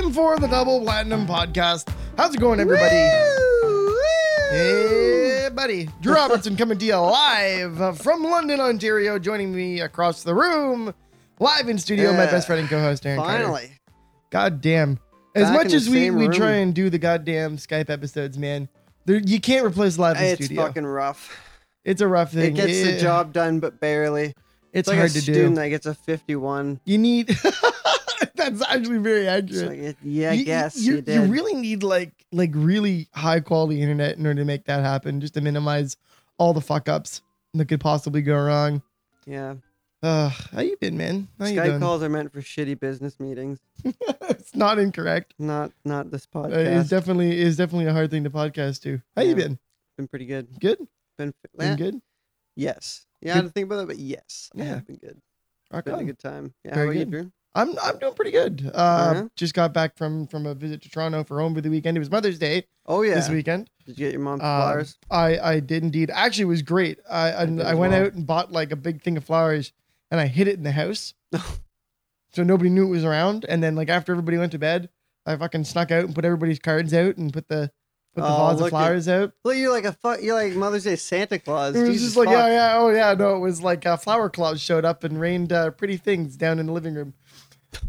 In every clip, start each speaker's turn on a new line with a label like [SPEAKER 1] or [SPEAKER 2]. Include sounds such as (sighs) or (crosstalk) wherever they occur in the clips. [SPEAKER 1] Double Platinum Podcast. How's it going, everybody? Hey, buddy. Drew Robertson coming to you live from London, Ontario. Joining me across the room, live in studio, my
[SPEAKER 2] Yeah.
[SPEAKER 1] best friend and co-host Aaron. Carter.
[SPEAKER 2] Finally.
[SPEAKER 1] God damn. As
[SPEAKER 2] Back
[SPEAKER 1] much
[SPEAKER 2] in the
[SPEAKER 1] as we,
[SPEAKER 2] same
[SPEAKER 1] we
[SPEAKER 2] room.
[SPEAKER 1] try and do the goddamn Skype episodes, man, there, you can't replace live in
[SPEAKER 2] It's
[SPEAKER 1] studio.
[SPEAKER 2] fucking rough.
[SPEAKER 1] it's a rough thing.
[SPEAKER 2] It gets the
[SPEAKER 1] Yeah.
[SPEAKER 2] job done, but barely.
[SPEAKER 1] It's,
[SPEAKER 2] It's like
[SPEAKER 1] hard
[SPEAKER 2] a
[SPEAKER 1] to
[SPEAKER 2] student
[SPEAKER 1] do.
[SPEAKER 2] that gets a 51.
[SPEAKER 1] You need. (laughs) That's actually very
[SPEAKER 2] It's
[SPEAKER 1] accurate.
[SPEAKER 2] like, it- yeah, I
[SPEAKER 1] You- you-
[SPEAKER 2] guess
[SPEAKER 1] you,
[SPEAKER 2] you,
[SPEAKER 1] you
[SPEAKER 2] did.
[SPEAKER 1] really need like like really high quality internet in order to make that happen, just to minimize all the fuck ups that could possibly go wrong.
[SPEAKER 2] yeah.
[SPEAKER 1] Uh, how you been, man? How you
[SPEAKER 2] Skype
[SPEAKER 1] doing?
[SPEAKER 2] calls are meant for shitty business meetings,
[SPEAKER 1] (laughs) it's not incorrect.
[SPEAKER 2] not not this
[SPEAKER 1] Uh,
[SPEAKER 2] podcast.
[SPEAKER 1] it's definitely it's definitely a hard thing to podcast to. How you
[SPEAKER 2] Yeah.
[SPEAKER 1] been?
[SPEAKER 2] been pretty good.
[SPEAKER 1] Good?
[SPEAKER 2] Been,
[SPEAKER 1] Been
[SPEAKER 2] eh,
[SPEAKER 1] good?
[SPEAKER 2] Yes. Yeah, I
[SPEAKER 1] Good.
[SPEAKER 2] didn't think about that, but yes. I
[SPEAKER 1] Yeah.
[SPEAKER 2] have been good.
[SPEAKER 1] Rock
[SPEAKER 2] Been a
[SPEAKER 1] on.
[SPEAKER 2] good time. Yeah,
[SPEAKER 1] Very
[SPEAKER 2] how are you,
[SPEAKER 1] good.
[SPEAKER 2] Drew?
[SPEAKER 1] I'm I'm doing pretty good. Uh,
[SPEAKER 2] Uh-huh.
[SPEAKER 1] just got back from from a visit to Toronto for home for the weekend. It was Mother's Day
[SPEAKER 2] Oh, yeah.
[SPEAKER 1] this weekend.
[SPEAKER 2] Did you get your mom's
[SPEAKER 1] Uh,
[SPEAKER 2] flowers?
[SPEAKER 1] I I did indeed. Actually, it was great. I I,
[SPEAKER 2] did
[SPEAKER 1] I
[SPEAKER 2] as
[SPEAKER 1] went
[SPEAKER 2] well.
[SPEAKER 1] out and bought like a big thing of flowers, and I hid it in the
[SPEAKER 2] (laughs)
[SPEAKER 1] house, so nobody knew it was around. And then like after everybody went to bed, I fucking snuck out and put everybody's cards out and put the put the
[SPEAKER 2] Oh,
[SPEAKER 1] vase
[SPEAKER 2] look
[SPEAKER 1] of
[SPEAKER 2] at-
[SPEAKER 1] flowers out.
[SPEAKER 2] Well, you're like a fuck. You're like Mother's Day Santa Claus.
[SPEAKER 1] It was
[SPEAKER 2] Jesus
[SPEAKER 1] just like
[SPEAKER 2] fuck.
[SPEAKER 1] yeah yeah oh yeah no it was like uh, flower clouds showed up and rained uh, pretty things down in the living room.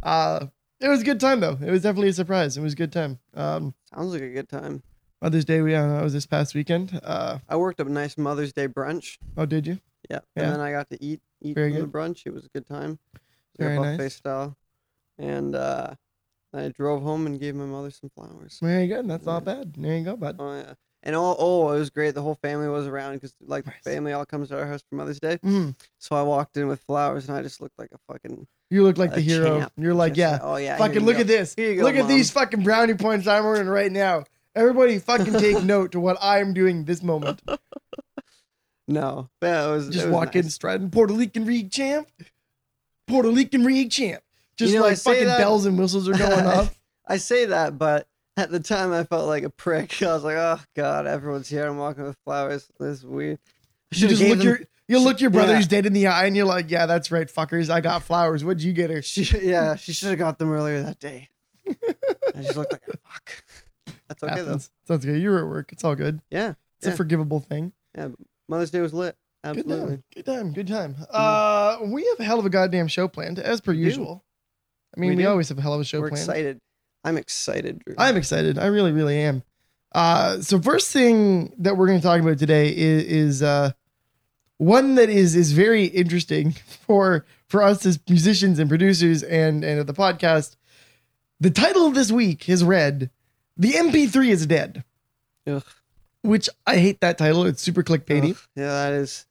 [SPEAKER 1] Uh, it was a good time though. It was definitely a surprise. It was a good time. Um,
[SPEAKER 2] Sounds like a good time.
[SPEAKER 1] Mother's Day yeah that was this past weekend. Uh,
[SPEAKER 2] I worked up a nice Mother's Day brunch.
[SPEAKER 1] oh did you?
[SPEAKER 2] Yeah.
[SPEAKER 1] Yeah.
[SPEAKER 2] And then I got to eat eat
[SPEAKER 1] Very
[SPEAKER 2] from the
[SPEAKER 1] good.
[SPEAKER 2] brunch. It was a good time. It was
[SPEAKER 1] Very
[SPEAKER 2] like a buffet
[SPEAKER 1] nice.
[SPEAKER 2] style. And uh, I drove home and gave my mother some flowers.
[SPEAKER 1] Very good. That's not
[SPEAKER 2] Yeah.
[SPEAKER 1] bad. There you go, bud.
[SPEAKER 2] Oh yeah. And all, oh, it was great. The whole family was around because like the
[SPEAKER 1] Nice.
[SPEAKER 2] family all comes to our house for Mother's Day.
[SPEAKER 1] Mm.
[SPEAKER 2] So I walked in with flowers and I just looked like a fucking
[SPEAKER 1] You look like
[SPEAKER 2] a
[SPEAKER 1] the hero.
[SPEAKER 2] champ.
[SPEAKER 1] You're like,
[SPEAKER 2] just
[SPEAKER 1] yeah,
[SPEAKER 2] Oh yeah. here
[SPEAKER 1] fucking
[SPEAKER 2] you
[SPEAKER 1] look
[SPEAKER 2] go.
[SPEAKER 1] at this.
[SPEAKER 2] Here you go,
[SPEAKER 1] look at
[SPEAKER 2] Mom.
[SPEAKER 1] these fucking brownie points I'm earning right now. Everybody fucking
[SPEAKER 2] (laughs)
[SPEAKER 1] take note to what I'm doing this moment.
[SPEAKER 2] No, that was
[SPEAKER 1] Just
[SPEAKER 2] it was
[SPEAKER 1] walk in
[SPEAKER 2] nice.
[SPEAKER 1] striding Puerto Rican rig champ. Puerto Rican rig champ. Just
[SPEAKER 2] You know, I
[SPEAKER 1] like
[SPEAKER 2] say
[SPEAKER 1] fucking
[SPEAKER 2] that-
[SPEAKER 1] bells and whistles are going
[SPEAKER 2] (laughs)
[SPEAKER 1] off.
[SPEAKER 2] I say that, but at the time I felt like a prick. (laughs) I was like, oh god, everyone's here. I'm walking with flowers. This is weird. I
[SPEAKER 1] You
[SPEAKER 2] should've
[SPEAKER 1] just
[SPEAKER 2] gave
[SPEAKER 1] look
[SPEAKER 2] them-
[SPEAKER 1] your you look your brother
[SPEAKER 2] (laughs) Yeah.
[SPEAKER 1] who's dead in the eye and you're like, yeah, that's right, fuckers. I got flowers. What'd you get her?
[SPEAKER 2] She, yeah, she should have got them earlier that day. I just looked like a fuck. That's okay though.
[SPEAKER 1] Happens. Sounds good. You were at work. It's all good.
[SPEAKER 2] Yeah,
[SPEAKER 1] It's a
[SPEAKER 2] Yeah.
[SPEAKER 1] forgivable thing.
[SPEAKER 2] Mother's Day was lit. Absolutely.
[SPEAKER 1] Good time. Good time. Good time. Uh, we have a hell of a goddamn show planned, as per
[SPEAKER 2] Mm. We do.
[SPEAKER 1] usual. I mean, we,
[SPEAKER 2] We do.
[SPEAKER 1] always have a hell of a show
[SPEAKER 2] We're
[SPEAKER 1] planned.
[SPEAKER 2] excited. I'm excited. Drew.
[SPEAKER 1] I'm excited. I really, really am. Uh, so first thing that we're going to talk about today is, is uh, one that is is very interesting (laughs) for for us as musicians and producers and and of the podcast. The title of this week is read, "The MP3 is dead,"
[SPEAKER 2] Ugh.
[SPEAKER 1] which I hate that title. It's super clickbaity,
[SPEAKER 2] Ugh, Yeah, that is.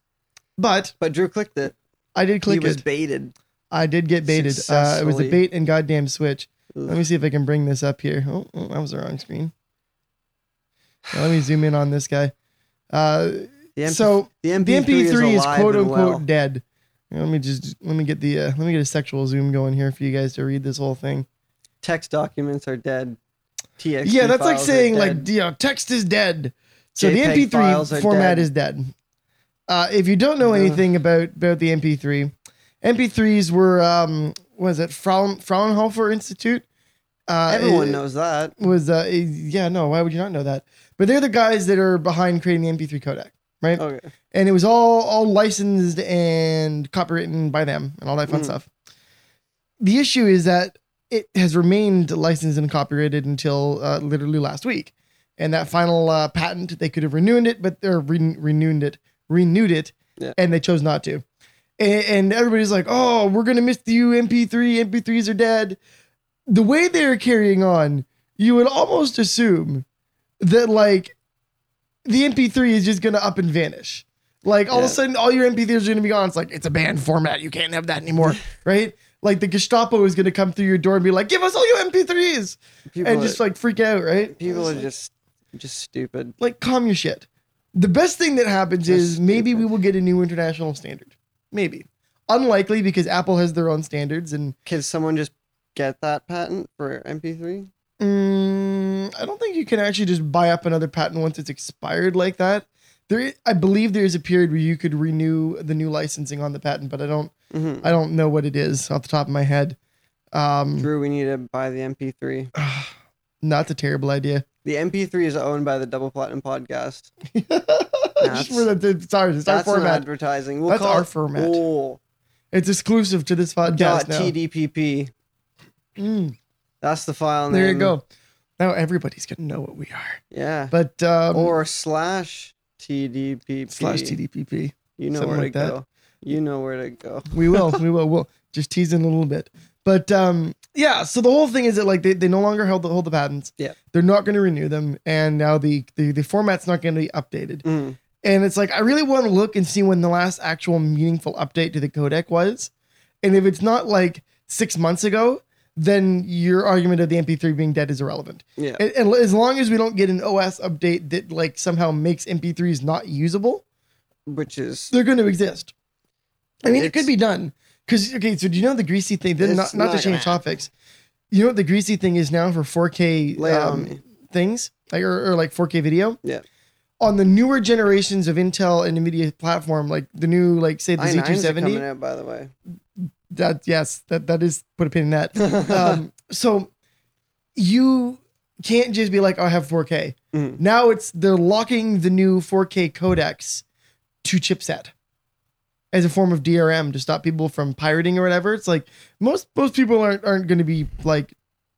[SPEAKER 1] but
[SPEAKER 2] But Drew clicked it.
[SPEAKER 1] I did click
[SPEAKER 2] he was
[SPEAKER 1] it.
[SPEAKER 2] baited.
[SPEAKER 1] I did get baited. Uh, it was a
[SPEAKER 2] Successfully.
[SPEAKER 1] bait and goddamn switch. Let
[SPEAKER 2] Ugh.
[SPEAKER 1] me see if I can bring this up here. Oh, oh, that was the wrong screen. Now, let me zoom in on this guy. Uh,
[SPEAKER 2] The MP-
[SPEAKER 1] so
[SPEAKER 2] the
[SPEAKER 1] the
[SPEAKER 2] MP3,
[SPEAKER 1] MP3 is,
[SPEAKER 2] alive
[SPEAKER 1] quote
[SPEAKER 2] and
[SPEAKER 1] unquote
[SPEAKER 2] well.
[SPEAKER 1] dead. Let me just let me get the uh, let me get a sexual zoom going here for you guys to read this whole thing.
[SPEAKER 2] Text documents are dead. TXT
[SPEAKER 1] yeah, that's like
[SPEAKER 2] files are
[SPEAKER 1] saying like
[SPEAKER 2] dead.
[SPEAKER 1] you know text is dead. So
[SPEAKER 2] JPEG
[SPEAKER 1] the
[SPEAKER 2] files are
[SPEAKER 1] MP3 format
[SPEAKER 2] dead.
[SPEAKER 1] is dead. Uh, if you don't know
[SPEAKER 2] Ugh.
[SPEAKER 1] anything about about the MP3, MP3s were um, was it Fraun, Fraunhofer Institute? Uh,
[SPEAKER 2] everyone
[SPEAKER 1] it-
[SPEAKER 2] knows that.
[SPEAKER 1] was uh, is- yeah no why would you not know that? But they're the guys that are behind creating the MP3 codec, right?
[SPEAKER 2] Okay.
[SPEAKER 1] and it was all all licensed and copywritten by them and all that fun
[SPEAKER 2] Mm.
[SPEAKER 1] stuff. The issue is that it has remained licensed and copyrighted until uh, literally last week, and that final uh, patent they could have renewed it, but they're re- renewed it, renewed it,
[SPEAKER 2] Yeah.
[SPEAKER 1] and they chose not to. And, and everybody's like, "Oh, we're gonna miss you, MP3. MP3s are dead." The way they're carrying on, you would almost assume that like the MP3 is just gonna up and vanish. Like all
[SPEAKER 2] Yeah.
[SPEAKER 1] of a sudden, all your MP3s are gonna be gone. It's like it's a banned format. You can't have that
[SPEAKER 2] (laughs)
[SPEAKER 1] anymore, right? Like the Gestapo is gonna come through your door and be like, "Give us all your MP3s,"
[SPEAKER 2] People
[SPEAKER 1] and just like freak out, right?
[SPEAKER 2] are, people
[SPEAKER 1] It's
[SPEAKER 2] are
[SPEAKER 1] like-
[SPEAKER 2] just just stupid.
[SPEAKER 1] like calm your shit. The best thing that happens
[SPEAKER 2] That's
[SPEAKER 1] is maybe we
[SPEAKER 2] stupid.
[SPEAKER 1] will get a new international standard. Maybe unlikely because Apple has their own standards, and
[SPEAKER 2] Can someone just get that patent for MP3?
[SPEAKER 1] Mm, I don't think you can actually just buy up another patent once it's expired like that. There, i- I believe there is a period where you could renew the new licensing on the patent, but I don't,
[SPEAKER 2] Mhm.
[SPEAKER 1] I don't know what it is off the top of my head. Um,
[SPEAKER 2] Drew, we need to buy the MP3.
[SPEAKER 1] (sighs) Not a terrible idea. (laughs)
[SPEAKER 2] The MP3 is owned by the Double Platinum Podcast.
[SPEAKER 1] Just for the, it's ours. It's our
[SPEAKER 2] That's not
[SPEAKER 1] format.
[SPEAKER 2] advertising. We'll
[SPEAKER 1] That's
[SPEAKER 2] call
[SPEAKER 1] our
[SPEAKER 2] it
[SPEAKER 1] format.
[SPEAKER 2] Ool
[SPEAKER 1] It's exclusive to this
[SPEAKER 2] Dot
[SPEAKER 1] podcast now.
[SPEAKER 2] TDPP.
[SPEAKER 1] Mm,
[SPEAKER 2] That's the file name.
[SPEAKER 1] there you go. Now everybody's gonna know what we are.
[SPEAKER 2] Yeah.
[SPEAKER 1] But um,
[SPEAKER 2] or slash TDPP.
[SPEAKER 1] slash TDPP.
[SPEAKER 2] You know
[SPEAKER 1] something
[SPEAKER 2] where to
[SPEAKER 1] like that.
[SPEAKER 2] go. You know where to go.
[SPEAKER 1] We will. we will. We'll just tease in a little bit. But um, yeah. So the whole thing is that like they, they no longer held the hold the patents.
[SPEAKER 2] Yeah.
[SPEAKER 1] They're not going to renew them, and now the the, the format's not going to be updated.
[SPEAKER 2] Mm.
[SPEAKER 1] And it's like I really want to look and see when the last actual meaningful update to the codec was, and if it's not like six months ago, then your argument of the MP3 being dead is irrelevant.
[SPEAKER 2] Yeah.
[SPEAKER 1] And, and as long as we don't get an OS update that like somehow makes MP3s not usable,
[SPEAKER 2] Which is
[SPEAKER 1] they're going to exist. I mean, it
[SPEAKER 2] It's-
[SPEAKER 1] could be done because okay. So do you know the greasy thing? Then not,
[SPEAKER 2] It's
[SPEAKER 1] not,
[SPEAKER 2] not
[SPEAKER 1] to
[SPEAKER 2] gonna
[SPEAKER 1] change topics. You know what the greasy thing is now for 4K
[SPEAKER 2] lay it on
[SPEAKER 1] um,
[SPEAKER 2] me.
[SPEAKER 1] things like or, or like 4K video.
[SPEAKER 2] Yeah.
[SPEAKER 1] On the newer generations of Intel and NVIDIA platform, like the new, like say the
[SPEAKER 2] i9s are coming
[SPEAKER 1] Z270.
[SPEAKER 2] out, by the way.
[SPEAKER 1] That yes, that that is put a pin in
[SPEAKER 2] (laughs)
[SPEAKER 1] that. um, so you can't just be like, oh, I have 4K.
[SPEAKER 2] Mhm.
[SPEAKER 1] Now it's they're locking the new 4K codecs to chipset as a form of DRM to stop people from pirating or whatever. It's like most most people aren't aren't going to be like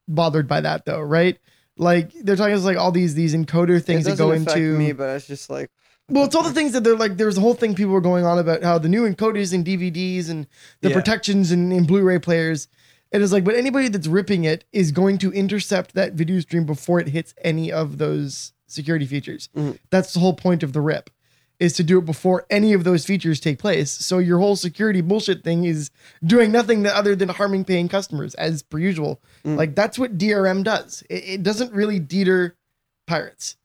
[SPEAKER 1] bothered by that though, right? Like they're talking about like all these these encoder things
[SPEAKER 2] it
[SPEAKER 1] that go
[SPEAKER 2] doesn't affect
[SPEAKER 1] into
[SPEAKER 2] me, but it's just like
[SPEAKER 1] well, it's all the things that they're like. There's a whole thing people were going on about how the new encoders and DVDs and the
[SPEAKER 2] Yeah.
[SPEAKER 1] protections and, and Blu-ray players. It is like, but anybody that's ripping it is going to intercept that video stream before it hits any of those security features.
[SPEAKER 2] Mhm.
[SPEAKER 1] That's the whole point of the rip, is to do it before any of those features take place. So your whole security bullshit thing is doing nothing that other than harming paying customers as per usual.
[SPEAKER 2] Mm.
[SPEAKER 1] Like that's what DRM does. It, it doesn't really deter pirates.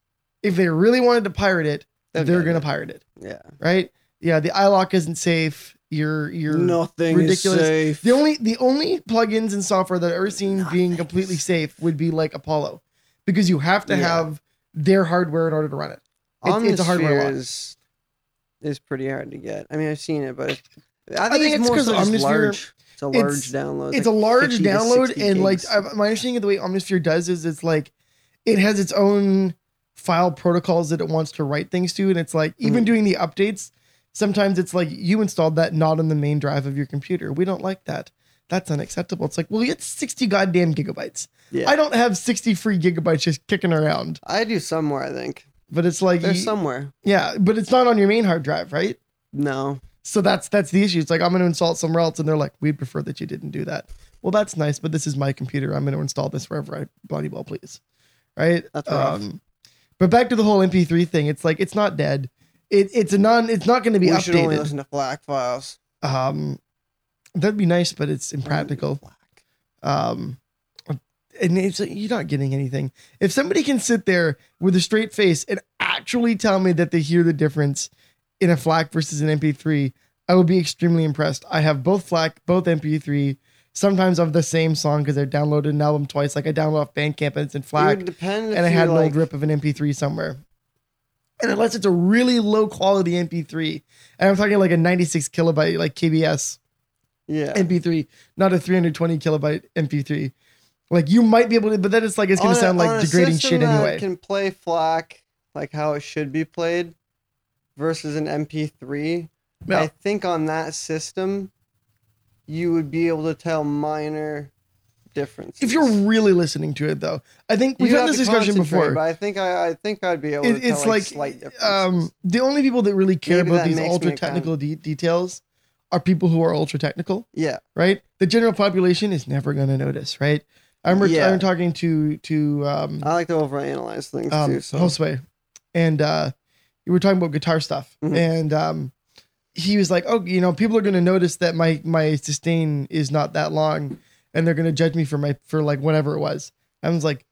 [SPEAKER 1] If they really wanted to pirate it,
[SPEAKER 2] They'll
[SPEAKER 1] they're
[SPEAKER 2] get
[SPEAKER 1] gonna
[SPEAKER 2] it.
[SPEAKER 1] pirate it,
[SPEAKER 2] Oh, yeah,
[SPEAKER 1] right? Yeah, the iLock isn't safe. You're you're
[SPEAKER 2] nothing
[SPEAKER 1] ridiculous.
[SPEAKER 2] is safe.
[SPEAKER 1] the only the only plugins and software that I've ever seen being
[SPEAKER 2] Nothing
[SPEAKER 1] completely
[SPEAKER 2] is-
[SPEAKER 1] safe would be like Apollo, because you have to
[SPEAKER 2] Yeah.
[SPEAKER 1] have their hardware in order to run it. it's-
[SPEAKER 2] Omnisphere
[SPEAKER 1] it's a hardware lock.
[SPEAKER 2] is is pretty hard to get. I mean, I've seen it, but it's, I, think
[SPEAKER 1] think it's
[SPEAKER 2] it's more
[SPEAKER 1] 'cause
[SPEAKER 2] so just
[SPEAKER 1] Omnisphere-
[SPEAKER 2] large. It's a large
[SPEAKER 1] it's-
[SPEAKER 2] download.
[SPEAKER 1] It's a large
[SPEAKER 2] 50 to
[SPEAKER 1] download,
[SPEAKER 2] 60
[SPEAKER 1] and like
[SPEAKER 2] gigs.
[SPEAKER 1] I, my understanding of the way Omnisphere does is it's like it has its own file protocols that it wants to write things to, and it's like
[SPEAKER 2] Mm-hmm.
[SPEAKER 1] even doing the updates. Sometimes it's like you installed that not on the main drive of your computer. We don't like that. That's unacceptable. It's like, well, it's 60 goddamn gigabytes.
[SPEAKER 2] yeah.
[SPEAKER 1] I don't have 60 free gigabytes just kicking around.
[SPEAKER 2] I do somewhere. I think
[SPEAKER 1] But it's like,
[SPEAKER 2] there's
[SPEAKER 1] you-
[SPEAKER 2] somewhere.
[SPEAKER 1] yeah, but it's not on your main hard drive, right?
[SPEAKER 2] No,
[SPEAKER 1] So that's that's the issue. It's like I'm going to install it somewhere else, and they're like, "We'd prefer that you didn't do that." Well, that's nice, but this is my computer. I'm going to install this wherever I bloody well please, right? Um,
[SPEAKER 2] That's rough.
[SPEAKER 1] but back to the whole MP3 thing. It's like it's not dead. It, it's a non. It's not going to be
[SPEAKER 2] we should only
[SPEAKER 1] updated.
[SPEAKER 2] listen to FLAC files.
[SPEAKER 1] Um, that'd be nice, but it's impractical.
[SPEAKER 2] FLAC.
[SPEAKER 1] Um, and it's you're not getting anything. If somebody can sit there with a straight face and actually tell me that they hear the difference in a FLAC versus an MP3, I will be extremely impressed. I have both FLAC, both MP3. Sometimes of the same song because I downloaded an album twice. Like I downloaded off Bandcamp and it's in
[SPEAKER 2] It
[SPEAKER 1] FLAC,
[SPEAKER 2] would depend if
[SPEAKER 1] and I
[SPEAKER 2] you,
[SPEAKER 1] had an
[SPEAKER 2] like,
[SPEAKER 1] old rip of an MP3 somewhere. And unless it's a really low quality MP3, and I'm talking like a 96 kilobyte like KBS
[SPEAKER 2] Yeah,
[SPEAKER 1] MP3, not a 320 kilobyte MP3. Like you might be able to, but then it's like it's gonna
[SPEAKER 2] On a-
[SPEAKER 1] sound
[SPEAKER 2] on
[SPEAKER 1] like
[SPEAKER 2] a
[SPEAKER 1] degrading
[SPEAKER 2] system
[SPEAKER 1] shit
[SPEAKER 2] that
[SPEAKER 1] anyway.
[SPEAKER 2] Can play FLAC like how it should be played versus an MP3.
[SPEAKER 1] Yeah.
[SPEAKER 2] I think on that system, you would be able to tell minor differences.
[SPEAKER 1] if you're really listening to it, though, I think we've
[SPEAKER 2] You
[SPEAKER 1] had
[SPEAKER 2] have
[SPEAKER 1] this
[SPEAKER 2] to
[SPEAKER 1] discussion
[SPEAKER 2] concentrate,
[SPEAKER 1] before.
[SPEAKER 2] but I think I, I think I'd be able.
[SPEAKER 1] It-
[SPEAKER 2] to tell,
[SPEAKER 1] it's
[SPEAKER 2] like,
[SPEAKER 1] like,
[SPEAKER 2] slight differences.
[SPEAKER 1] um, the only people that really care
[SPEAKER 2] Maybe
[SPEAKER 1] about
[SPEAKER 2] that
[SPEAKER 1] these
[SPEAKER 2] makes me
[SPEAKER 1] ultra
[SPEAKER 2] a clown.
[SPEAKER 1] technical de- details are people who are ultra technical,
[SPEAKER 2] yeah,
[SPEAKER 1] right? The general population is never gonna notice, right? I remember
[SPEAKER 2] Yeah.
[SPEAKER 1] I remember talking to to um,
[SPEAKER 2] I like to overanalyze things
[SPEAKER 1] um,
[SPEAKER 2] too. So
[SPEAKER 1] Josue, and uh, we were talking about guitar stuff,
[SPEAKER 2] Mhm.
[SPEAKER 1] and um, he was like, "Oh, you know, people are going to notice that my my sustain is not that long, and they're going to judge me for my for like whatever it was." I was like,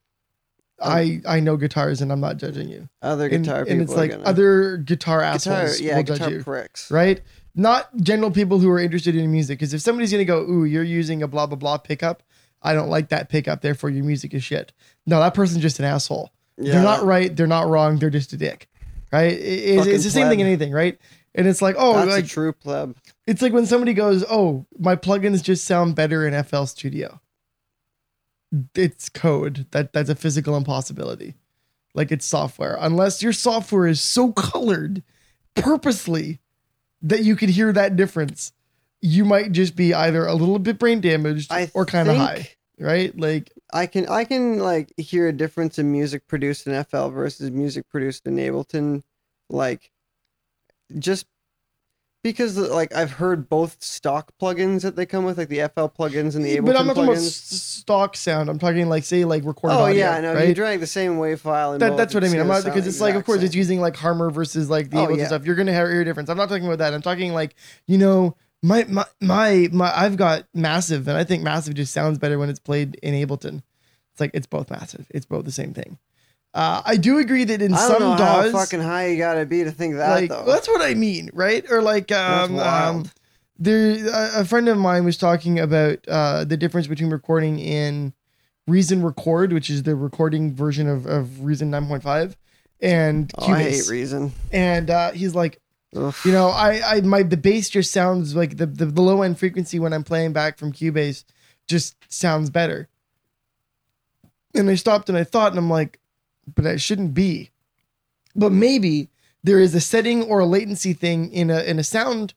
[SPEAKER 1] "I I know guitars, and I'm not judging you."
[SPEAKER 2] other
[SPEAKER 1] And,
[SPEAKER 2] Um, guitar
[SPEAKER 1] and
[SPEAKER 2] people
[SPEAKER 1] it's
[SPEAKER 2] are
[SPEAKER 1] like
[SPEAKER 2] gonna-
[SPEAKER 1] other guitar
[SPEAKER 2] guitar,
[SPEAKER 1] assholes
[SPEAKER 2] yeah,
[SPEAKER 1] will
[SPEAKER 2] guitar
[SPEAKER 1] judge you,
[SPEAKER 2] pricks.
[SPEAKER 1] right? Not general people who are interested in music, because if somebody's going to go, "Ooh, you're using a blah blah blah pickup," I don't like that pickup, therefore your music is shit. No, that person's just an asshole
[SPEAKER 2] Yeah,
[SPEAKER 1] they're not right they're not wrong they're just a dick right It- it's, it's the
[SPEAKER 2] Fucking
[SPEAKER 1] same thing in
[SPEAKER 2] pleb.
[SPEAKER 1] anything right and it's like oh
[SPEAKER 2] that's
[SPEAKER 1] like
[SPEAKER 2] a true pleb.
[SPEAKER 1] it's like when somebody goes oh my plugins just sound better in fl studio it's code. That that's a physical impossibility. Like it's software. Unless your software is so colored purposely that you could hear that difference, you might just be either a little bit brain damaged
[SPEAKER 2] I
[SPEAKER 1] or kind of
[SPEAKER 2] think
[SPEAKER 1] high, right? Like
[SPEAKER 2] I can I can like hear a difference in music produced in FL versus music produced in Ableton, like just because like I've heard both stock plugins that they come with, like the FL plugins and the Ableton
[SPEAKER 1] but I'm not talking about s-
[SPEAKER 2] plugins.
[SPEAKER 1] stock sound. I'm talking like say like recorded
[SPEAKER 2] Oh
[SPEAKER 1] audio,
[SPEAKER 2] yeah, no, you
[SPEAKER 1] right?
[SPEAKER 2] drag the same wave file. In
[SPEAKER 1] That,
[SPEAKER 2] both,
[SPEAKER 1] that's what I
[SPEAKER 2] it's
[SPEAKER 1] mean. I'm
[SPEAKER 2] gonna
[SPEAKER 1] not because
[SPEAKER 2] sound
[SPEAKER 1] it's like, of
[SPEAKER 2] exact
[SPEAKER 1] course,
[SPEAKER 2] same.
[SPEAKER 1] it's using like Harmer versus like the
[SPEAKER 2] Oh,
[SPEAKER 1] Ableton
[SPEAKER 2] yeah.
[SPEAKER 1] stuff. You're gonna have ear difference. I'm not talking about that. I'm talking like you know my my my my. I've got massive, and I think massive just sounds better when it's played in Ableton. It's like it's both massive. It's both the same thing. Uh, I do agree that in
[SPEAKER 2] I
[SPEAKER 1] some
[SPEAKER 2] don't know
[SPEAKER 1] DAWs,
[SPEAKER 2] how fucking high you gotta be to think that
[SPEAKER 1] like
[SPEAKER 2] though.
[SPEAKER 1] that's what I mean, right? Or like
[SPEAKER 2] That's
[SPEAKER 1] um,
[SPEAKER 2] wild.
[SPEAKER 1] um there a a friend of mine was talking about uh the difference between recording in Reason Record, which is the recording version of, of Reason 9.5 and
[SPEAKER 2] oh, I hate
[SPEAKER 1] Cubase.
[SPEAKER 2] reason.
[SPEAKER 1] and uh he's like,
[SPEAKER 2] Ugh.
[SPEAKER 1] you know, I I my the bass just sounds like the the, the low end frequency when I'm playing back from Cubase just sounds better. And I stopped and I thought and I'm like, but it shouldn't be. But maybe there is a setting or a latency thing in a in a sound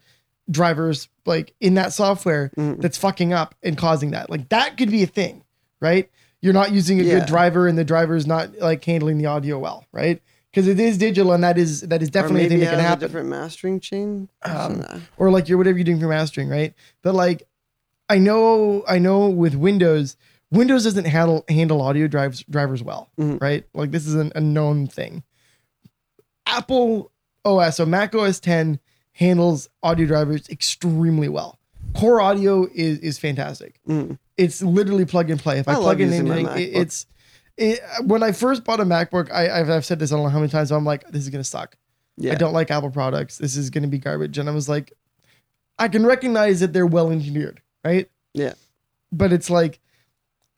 [SPEAKER 1] drivers like in that software
[SPEAKER 2] Mhm.
[SPEAKER 1] that's fucking up and causing that. Like that could be a thing, right? You're not using a
[SPEAKER 2] Yeah.
[SPEAKER 1] good driver and the driver's not like handling the audio well, right? Because it is digital and that is that is
[SPEAKER 2] Or
[SPEAKER 1] definitely a
[SPEAKER 2] maybe
[SPEAKER 1] thing
[SPEAKER 2] it
[SPEAKER 1] that can
[SPEAKER 2] has a
[SPEAKER 1] happen
[SPEAKER 2] different mastering chain. or
[SPEAKER 1] Um,
[SPEAKER 2] something.
[SPEAKER 1] or like you're whatever you're doing for mastering, right? But like, I know, I know with Windows, Windows doesn't handle handle audio drives drivers well,
[SPEAKER 2] Mhm.
[SPEAKER 1] right? Like this is an, a known thing. Apple OS, so Mac OS 10 handles audio drivers extremely well. Core audio is is fantastic
[SPEAKER 2] Mm.
[SPEAKER 1] it's literally plug and play. If I,
[SPEAKER 2] I love
[SPEAKER 1] plug in
[SPEAKER 2] using my
[SPEAKER 1] anything, it,
[SPEAKER 2] MacBook.
[SPEAKER 1] it's it, when I first bought a MacBook, I, I've, I've said this I don't know how many times. but I'm like, this is gonna suck. I
[SPEAKER 2] Yeah.
[SPEAKER 1] don't like Apple products. This is gonna be garbage. And I was like, I can recognize that they're well engineered, right?
[SPEAKER 2] Yeah.
[SPEAKER 1] But it's like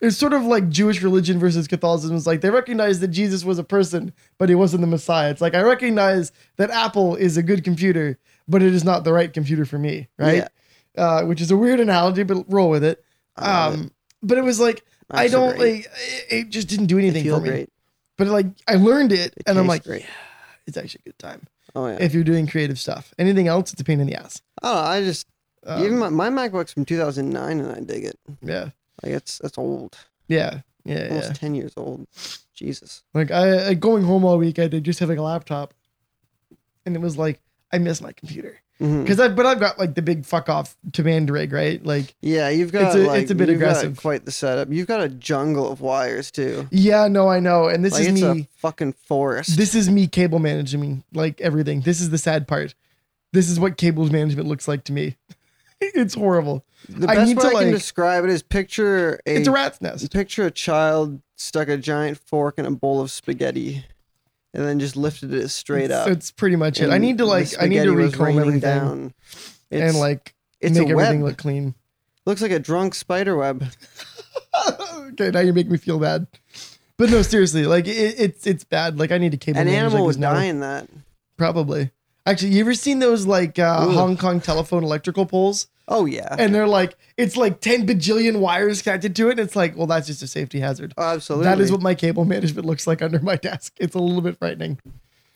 [SPEAKER 1] it's sort of like Jewish religion versus Catholicism. It's like they recognize that Jesus was a person, but he wasn't the Messiah. It's like I recognize that Apple is a good computer, but it is not the right computer for me, right? Uh, which is a weird analogy, but roll with it.
[SPEAKER 2] I love it.
[SPEAKER 1] Um, but it was like I
[SPEAKER 2] Apps are
[SPEAKER 1] don't
[SPEAKER 2] great.
[SPEAKER 1] like it, it just didn't do
[SPEAKER 2] They
[SPEAKER 1] anything
[SPEAKER 2] feel
[SPEAKER 1] for me.
[SPEAKER 2] great.
[SPEAKER 1] But like I learned it,
[SPEAKER 2] It
[SPEAKER 1] and I'm
[SPEAKER 2] tastes
[SPEAKER 1] like,
[SPEAKER 2] great.
[SPEAKER 1] yeah, it's actually a good time
[SPEAKER 2] Oh yeah.
[SPEAKER 1] if you're doing creative stuff. Anything else, it's a pain in the ass.
[SPEAKER 2] Oh, I just
[SPEAKER 1] Um,
[SPEAKER 2] even my, my MacBook's from 2009 and I dig it.
[SPEAKER 1] yeah,
[SPEAKER 2] Like it's that's old,
[SPEAKER 1] yeah, yeah, yeah.
[SPEAKER 2] almost 10 years old. Jesus.
[SPEAKER 1] Like I, I going home all week, I did just have like a laptop, and it was like I miss my computer
[SPEAKER 2] Mhm.
[SPEAKER 1] because I but I've got like the big fuck off to Mandrake, right? Like
[SPEAKER 2] Yeah, you've got
[SPEAKER 1] a-
[SPEAKER 2] like,
[SPEAKER 1] it's a bit
[SPEAKER 2] you've got
[SPEAKER 1] aggressive.
[SPEAKER 2] quite the setup. You've got a jungle of wires too.
[SPEAKER 1] yeah, no, I know, and this
[SPEAKER 2] like
[SPEAKER 1] is
[SPEAKER 2] it's
[SPEAKER 1] me.
[SPEAKER 2] a fucking forest.
[SPEAKER 1] This is me cable managing like everything. This is the sad part. This is what cable management looks like to me. (laughs) it's horrible.
[SPEAKER 2] the
[SPEAKER 1] I
[SPEAKER 2] best
[SPEAKER 1] need
[SPEAKER 2] way
[SPEAKER 1] to,
[SPEAKER 2] I can
[SPEAKER 1] like-
[SPEAKER 2] describe it is picture a,
[SPEAKER 1] It's a rat's nest.
[SPEAKER 2] picture a child stuck a giant fork in a bowl of spaghetti, and then just lifted it straight
[SPEAKER 1] It's-
[SPEAKER 2] up.
[SPEAKER 1] It's pretty much it. I
[SPEAKER 2] and
[SPEAKER 1] need to
[SPEAKER 2] the
[SPEAKER 1] like I need to
[SPEAKER 2] spaghetti was
[SPEAKER 1] reclaim
[SPEAKER 2] raining
[SPEAKER 1] everything
[SPEAKER 2] down. It's,
[SPEAKER 1] and like
[SPEAKER 2] it's
[SPEAKER 1] make
[SPEAKER 2] a
[SPEAKER 1] everything
[SPEAKER 2] web.
[SPEAKER 1] look clean. (laughs)
[SPEAKER 2] Looks like a drunk spider web.
[SPEAKER 1] okay, now you make me feel bad. But no, seriously, like it, it's it's bad. Like I need to cable
[SPEAKER 2] An
[SPEAKER 1] manage like
[SPEAKER 2] animal
[SPEAKER 1] this
[SPEAKER 2] would
[SPEAKER 1] now.
[SPEAKER 2] die in that.
[SPEAKER 1] Probably. Actually, you ever seen those like uh,
[SPEAKER 2] Ooh.
[SPEAKER 1] Hong Kong telephone electrical poles?
[SPEAKER 2] Oh yeah.
[SPEAKER 1] And they're like, it's like 10 bajillion wires connected to it. And it's like, well, that's just a safety hazard.
[SPEAKER 2] Oh, absolutely.
[SPEAKER 1] That is what my cable (laughs) management looks like under my desk. It's a little bit frightening.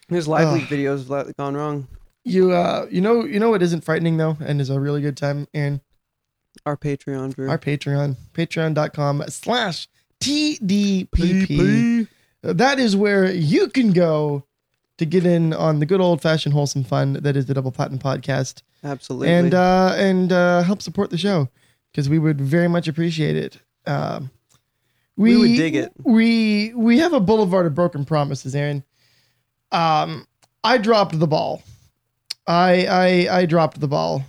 [SPEAKER 2] There's live
[SPEAKER 1] Ugh.
[SPEAKER 2] leak videos of that gone wrong.
[SPEAKER 1] You uh you know you know what isn't frightening though and is a really good time, Aaron?
[SPEAKER 2] Our Patreon, Drew.
[SPEAKER 1] Our Patreon, patreon.com slash TDPP. That is where you can go to get in on the good old fashioned wholesome fun that is the Double Platinum Podcast.
[SPEAKER 2] Absolutely.
[SPEAKER 1] and uh, and uh, help support the show because we would very much appreciate it. Um,
[SPEAKER 2] We would dig it.
[SPEAKER 1] We we have a boulevard of broken promises, Aaron. Um, I dropped the ball. I I I dropped the ball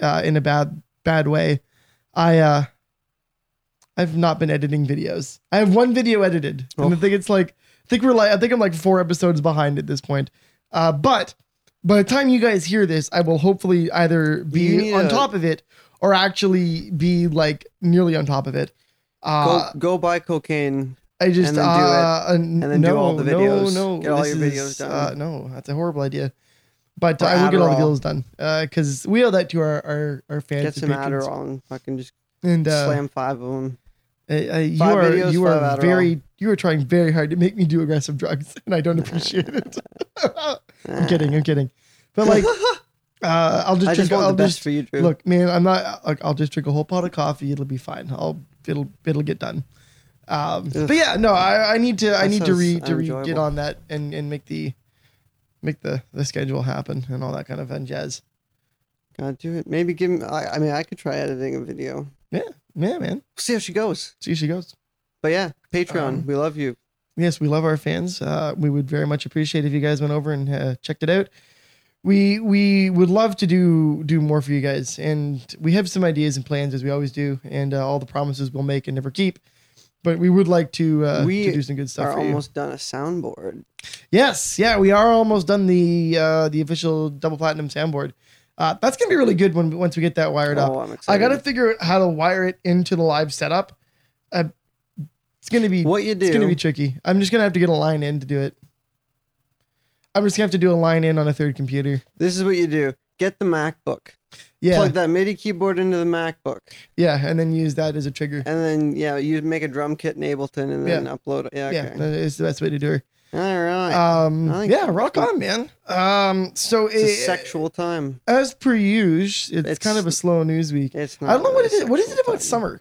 [SPEAKER 1] uh, in a bad bad way. I uh, I've not been editing videos. I have one video edited, and I
[SPEAKER 2] Oh.
[SPEAKER 1] think it's like I think we're like I think I'm like four episodes behind at this point. Uh, but by the time you guys hear this, I will hopefully either
[SPEAKER 2] You
[SPEAKER 1] be
[SPEAKER 2] need
[SPEAKER 1] on
[SPEAKER 2] a-
[SPEAKER 1] top of it or actually be like nearly on top of it.
[SPEAKER 2] go,
[SPEAKER 1] Uh,
[SPEAKER 2] go buy cocaine.
[SPEAKER 1] I just
[SPEAKER 2] and then do
[SPEAKER 1] uh, and
[SPEAKER 2] then do all the videos.
[SPEAKER 1] No, no,
[SPEAKER 2] Get all
[SPEAKER 1] this
[SPEAKER 2] your
[SPEAKER 1] is,
[SPEAKER 2] videos done.
[SPEAKER 1] Uh, no, that's a horrible idea. But
[SPEAKER 2] Or
[SPEAKER 1] I will get all the
[SPEAKER 2] Adderall.
[SPEAKER 1] deals done uh, because we owe that to our our, our fans.
[SPEAKER 2] Get
[SPEAKER 1] and
[SPEAKER 2] some
[SPEAKER 1] patrons.
[SPEAKER 2] Adderall and fucking just
[SPEAKER 1] and uh,
[SPEAKER 2] slam five of them.
[SPEAKER 1] Uh, uh, you
[SPEAKER 2] Five
[SPEAKER 1] are
[SPEAKER 2] videos,
[SPEAKER 1] you are
[SPEAKER 2] five Adderall.
[SPEAKER 1] very you are trying very hard to make me do aggressive drugs, (laughs) and I
[SPEAKER 2] (laughs)
[SPEAKER 1] don't appreciate it. (laughs) I'm kidding. I'm kidding. But
[SPEAKER 2] (laughs)
[SPEAKER 1] like, uh, I'll just
[SPEAKER 2] I
[SPEAKER 1] drink.
[SPEAKER 2] just want
[SPEAKER 1] I'll
[SPEAKER 2] the best
[SPEAKER 1] just
[SPEAKER 2] for you, Drew.
[SPEAKER 1] look, man. I'm not. Like, I'll just drink a whole pot of coffee. It'll be fine. I'll it'll it'll get done. Um,
[SPEAKER 2] Ugh.
[SPEAKER 1] but yeah, no. I, I need to. I
[SPEAKER 2] That
[SPEAKER 1] need to re
[SPEAKER 2] sounds
[SPEAKER 1] to re get
[SPEAKER 2] unenjoyable.
[SPEAKER 1] on that and and make the make the the schedule happen and all that kind of fun jazz.
[SPEAKER 2] God, do it. Maybe give him. I, I mean, I could try editing a video.
[SPEAKER 1] Yeah, man.
[SPEAKER 2] See how she goes.
[SPEAKER 1] See, how she goes.
[SPEAKER 2] But yeah, Patreon,
[SPEAKER 1] Um,
[SPEAKER 2] we love you.
[SPEAKER 1] yes, we love our fans. Uh, we would very much appreciate if you guys went over and uh, checked it out. We we would love to do do more for you guys, and we have some ideas and plans as we always do, and uh, all the promises we'll make and never keep. But we would like to uh,
[SPEAKER 2] We
[SPEAKER 1] to do some good stuff
[SPEAKER 2] Are
[SPEAKER 1] for you.
[SPEAKER 2] almost done a soundboard.
[SPEAKER 1] Yes, yeah, we are almost done the uh, the official double platinum soundboard. Uh, that's gonna be really good when once we get that wired up.
[SPEAKER 2] Oh, I'm
[SPEAKER 1] I
[SPEAKER 2] excited.
[SPEAKER 1] gotta figure out how to wire it into the live setup. Uh, it's gonna be
[SPEAKER 2] What you do?
[SPEAKER 1] it's gonna be tricky. I'm just gonna have to get a line in to do it. I'm just gonna have to do a line in on a third computer.
[SPEAKER 2] this is what you do. Get the MacBook.
[SPEAKER 1] Yeah,
[SPEAKER 2] Plug that MIDI keyboard into the MacBook,
[SPEAKER 1] yeah, and then use that as a trigger.
[SPEAKER 2] and then yeah, you make a drum kit in Ableton, and then upload it. Yeah.
[SPEAKER 1] Yeah,
[SPEAKER 2] Okay.
[SPEAKER 1] that is the best way to do it.
[SPEAKER 2] All right.
[SPEAKER 1] Um,
[SPEAKER 2] I like
[SPEAKER 1] yeah, rock on, man. Um, so
[SPEAKER 2] it's a
[SPEAKER 1] it,
[SPEAKER 2] sexual time.
[SPEAKER 1] as per usual, it's,
[SPEAKER 2] It's-
[SPEAKER 1] kind of a slow news week.
[SPEAKER 2] It's not.
[SPEAKER 1] I don't know what it
[SPEAKER 2] really
[SPEAKER 1] is. What is it
[SPEAKER 2] sexual
[SPEAKER 1] about
[SPEAKER 2] time.
[SPEAKER 1] summer?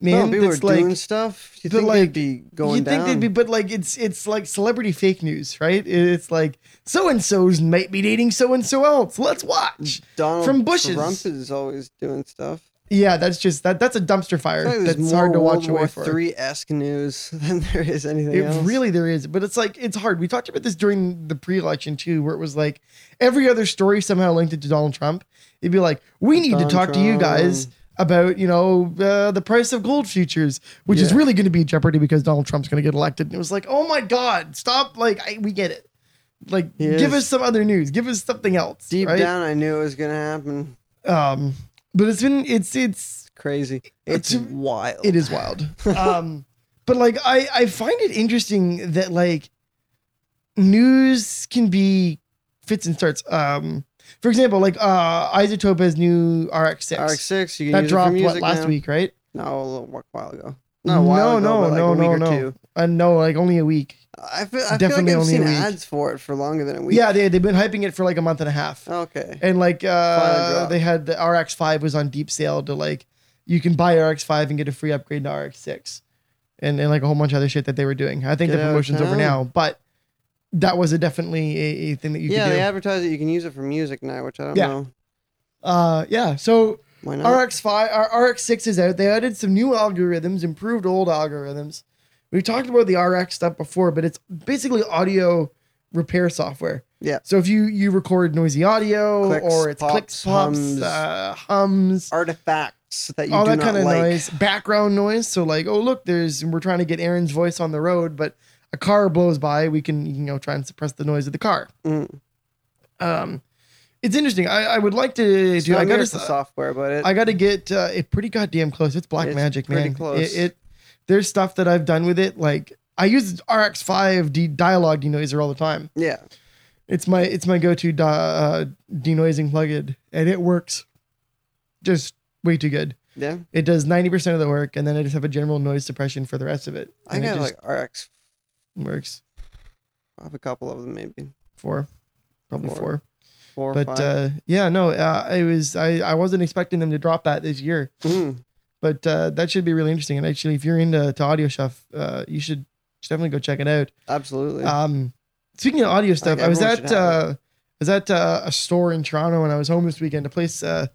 [SPEAKER 2] No,
[SPEAKER 1] Man,
[SPEAKER 2] people are
[SPEAKER 1] it's like
[SPEAKER 2] doing stuff. You
[SPEAKER 1] but
[SPEAKER 2] think
[SPEAKER 1] like,
[SPEAKER 2] they'd be going
[SPEAKER 1] you'd think
[SPEAKER 2] down?
[SPEAKER 1] they'd be, but like it's it's like celebrity fake news, right? It's like so and so's might be dating so and so else. Let's watch.
[SPEAKER 2] Donald
[SPEAKER 1] from bushes.
[SPEAKER 2] Trump is always doing stuff.
[SPEAKER 1] Yeah, that's just that. That's a dumpster
[SPEAKER 2] I
[SPEAKER 1] fire.
[SPEAKER 2] feel like there's
[SPEAKER 1] That's
[SPEAKER 2] more
[SPEAKER 1] hard to
[SPEAKER 2] World
[SPEAKER 1] watch
[SPEAKER 2] War
[SPEAKER 1] away for.
[SPEAKER 2] Three esque news (laughs) than there is anything
[SPEAKER 1] It
[SPEAKER 2] else.
[SPEAKER 1] really there is, but it's like it's hard. We talked about this during the pre-election too, where it was like every other story somehow linked it to Donald Trump. It'd be like, we need
[SPEAKER 2] Donald
[SPEAKER 1] to talk to you guys
[SPEAKER 2] Trump.
[SPEAKER 1] about you know uh, the price of gold futures, which is
[SPEAKER 2] Yeah.
[SPEAKER 1] really going to be in jeopardy because Donald Trump's going to get elected. And it was like, oh my god, stop! Like I, we get it. Like
[SPEAKER 2] He
[SPEAKER 1] give
[SPEAKER 2] is-
[SPEAKER 1] us some other news. Give us something else.
[SPEAKER 2] Deep
[SPEAKER 1] right?
[SPEAKER 2] down, I knew it was gonna happen.
[SPEAKER 1] Um, but it's been it's it's
[SPEAKER 2] It's crazy. It's
[SPEAKER 1] to-
[SPEAKER 2] wild.
[SPEAKER 1] it is wild. (laughs) um, but like I, I find it interesting that like news can be fits and starts. Um, for example, like uh, Isotopa's new RX6
[SPEAKER 2] RX six. You can
[SPEAKER 1] that
[SPEAKER 2] use it for
[SPEAKER 1] dropped what
[SPEAKER 2] music
[SPEAKER 1] last
[SPEAKER 2] now.
[SPEAKER 1] week, right?
[SPEAKER 2] No, a little wh- while ago. Not a while
[SPEAKER 1] No,
[SPEAKER 2] ago,
[SPEAKER 1] no,
[SPEAKER 2] but
[SPEAKER 1] no,
[SPEAKER 2] like a week
[SPEAKER 1] no,
[SPEAKER 2] or
[SPEAKER 1] no.
[SPEAKER 2] two.
[SPEAKER 1] Uh, no, like only a week.
[SPEAKER 2] I feel, I feel like
[SPEAKER 1] Definitely
[SPEAKER 2] I've
[SPEAKER 1] only a
[SPEAKER 2] seen
[SPEAKER 1] week.
[SPEAKER 2] ads for it for longer than a week.
[SPEAKER 1] Yeah, they they've been hyping it for like a month and a half,
[SPEAKER 2] Okay.
[SPEAKER 1] and like uh,
[SPEAKER 2] dropped.
[SPEAKER 1] they had the RX5 was on deep sale to like you can buy RX5 and get a free upgrade to RX6, and and like a whole bunch of other shit that they were doing. I think
[SPEAKER 2] Get
[SPEAKER 1] the
[SPEAKER 2] out of
[SPEAKER 1] promotion's over
[SPEAKER 2] town.
[SPEAKER 1] now, but that was a definitely a, a thing that you
[SPEAKER 2] Yeah,
[SPEAKER 1] could
[SPEAKER 2] they
[SPEAKER 1] do.
[SPEAKER 2] advertise that you can use it for music now, which I don't
[SPEAKER 1] Yeah.
[SPEAKER 2] know.
[SPEAKER 1] uh, yeah, so
[SPEAKER 2] Why not?
[SPEAKER 1] RX5, our RX6 is out. They added some new algorithms, improved old algorithms. We talked about the RX stuff before, but it's basically audio repair software.
[SPEAKER 2] Yeah.
[SPEAKER 1] So if you you record noisy audio
[SPEAKER 2] Clicks,
[SPEAKER 1] or it's
[SPEAKER 2] pops,
[SPEAKER 1] clicks, pops,
[SPEAKER 2] hums.
[SPEAKER 1] uh, hums,
[SPEAKER 2] Artifacts that you
[SPEAKER 1] all
[SPEAKER 2] do
[SPEAKER 1] that
[SPEAKER 2] not
[SPEAKER 1] kind of
[SPEAKER 2] like.
[SPEAKER 1] noise, background noise. So like, oh look, there's we're trying to get Aaron's voice on the road, but a car blows by. We can you know try and suppress the noise of the car.
[SPEAKER 2] Mm.
[SPEAKER 1] Um, it's interesting. I, I would like to
[SPEAKER 2] It's
[SPEAKER 1] do.
[SPEAKER 2] not
[SPEAKER 1] I got
[SPEAKER 2] miracle
[SPEAKER 1] to.
[SPEAKER 2] software, but it,
[SPEAKER 1] I got to get uh, it pretty goddamn close. It's black
[SPEAKER 2] It's
[SPEAKER 1] magic,
[SPEAKER 2] pretty
[SPEAKER 1] man.
[SPEAKER 2] close.
[SPEAKER 1] It, it there's stuff that I've done with it. Like I use RX5 D dialogue denoiser all the time.
[SPEAKER 2] yeah,
[SPEAKER 1] It's my it's my go-to di- uh, denoising plugin, and it works just way too good.
[SPEAKER 2] yeah.
[SPEAKER 1] It does 90% of the work, and then I just have a general noise suppression for the rest of it.
[SPEAKER 2] I
[SPEAKER 1] And
[SPEAKER 2] got
[SPEAKER 1] it just
[SPEAKER 2] like RX.
[SPEAKER 1] works
[SPEAKER 2] I have a couple of them, maybe
[SPEAKER 1] four, probably
[SPEAKER 2] Four,
[SPEAKER 1] four.
[SPEAKER 2] four or
[SPEAKER 1] But
[SPEAKER 2] five.
[SPEAKER 1] uh, yeah, no, uh, I was I, I wasn't expecting them to drop that this year,
[SPEAKER 2] Mm.
[SPEAKER 1] but uh, that should be really interesting. And actually, if you're into to audio stuff, uh, you should, should definitely go check it out.
[SPEAKER 2] Absolutely.
[SPEAKER 1] Um, speaking of audio stuff, I was
[SPEAKER 2] everyone should
[SPEAKER 1] at
[SPEAKER 2] have
[SPEAKER 1] uh, I was at uh, a store in Toronto when I was home this weekend, a place uh,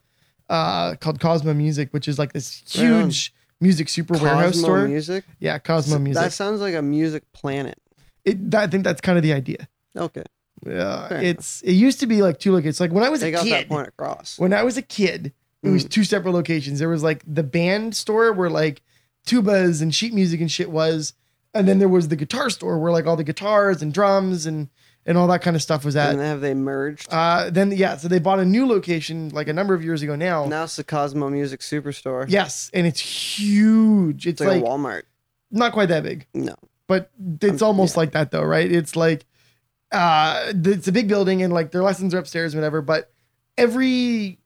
[SPEAKER 1] uh, called Cosmo Music, which is like this
[SPEAKER 2] Right on.
[SPEAKER 1] huge music super warehouse
[SPEAKER 2] Cosmo
[SPEAKER 1] store.
[SPEAKER 2] Music.
[SPEAKER 1] Yeah, Cosmo Music.
[SPEAKER 2] That sounds like a music planet.
[SPEAKER 1] it, that, I think that's kind of the idea.
[SPEAKER 2] Okay,
[SPEAKER 1] Yeah,
[SPEAKER 2] Fair
[SPEAKER 1] it's it used to be like two locations. Like when I was
[SPEAKER 2] they
[SPEAKER 1] a
[SPEAKER 2] got that
[SPEAKER 1] kid,
[SPEAKER 2] point Mm. across.
[SPEAKER 1] when I was a kid, it was two separate locations. There was like the band store where like tubas and sheet music and shit was, and then there was the guitar store where like all the guitars and drums and and all that kind of stuff was
[SPEAKER 2] and
[SPEAKER 1] at.
[SPEAKER 2] then have they merged?
[SPEAKER 1] Uh, then yeah, so they bought a new location like a number of years ago now.
[SPEAKER 2] now it's the Cosmo Music Superstore.
[SPEAKER 1] Yes, and it's huge. It's,
[SPEAKER 2] it's like,
[SPEAKER 1] like
[SPEAKER 2] a Walmart.
[SPEAKER 1] not quite that big.
[SPEAKER 2] No.
[SPEAKER 1] But it's
[SPEAKER 2] Um,
[SPEAKER 1] almost
[SPEAKER 2] yeah.
[SPEAKER 1] like that though, right? It's like uh th- it's a big building and like their lessons are upstairs and whatever, but every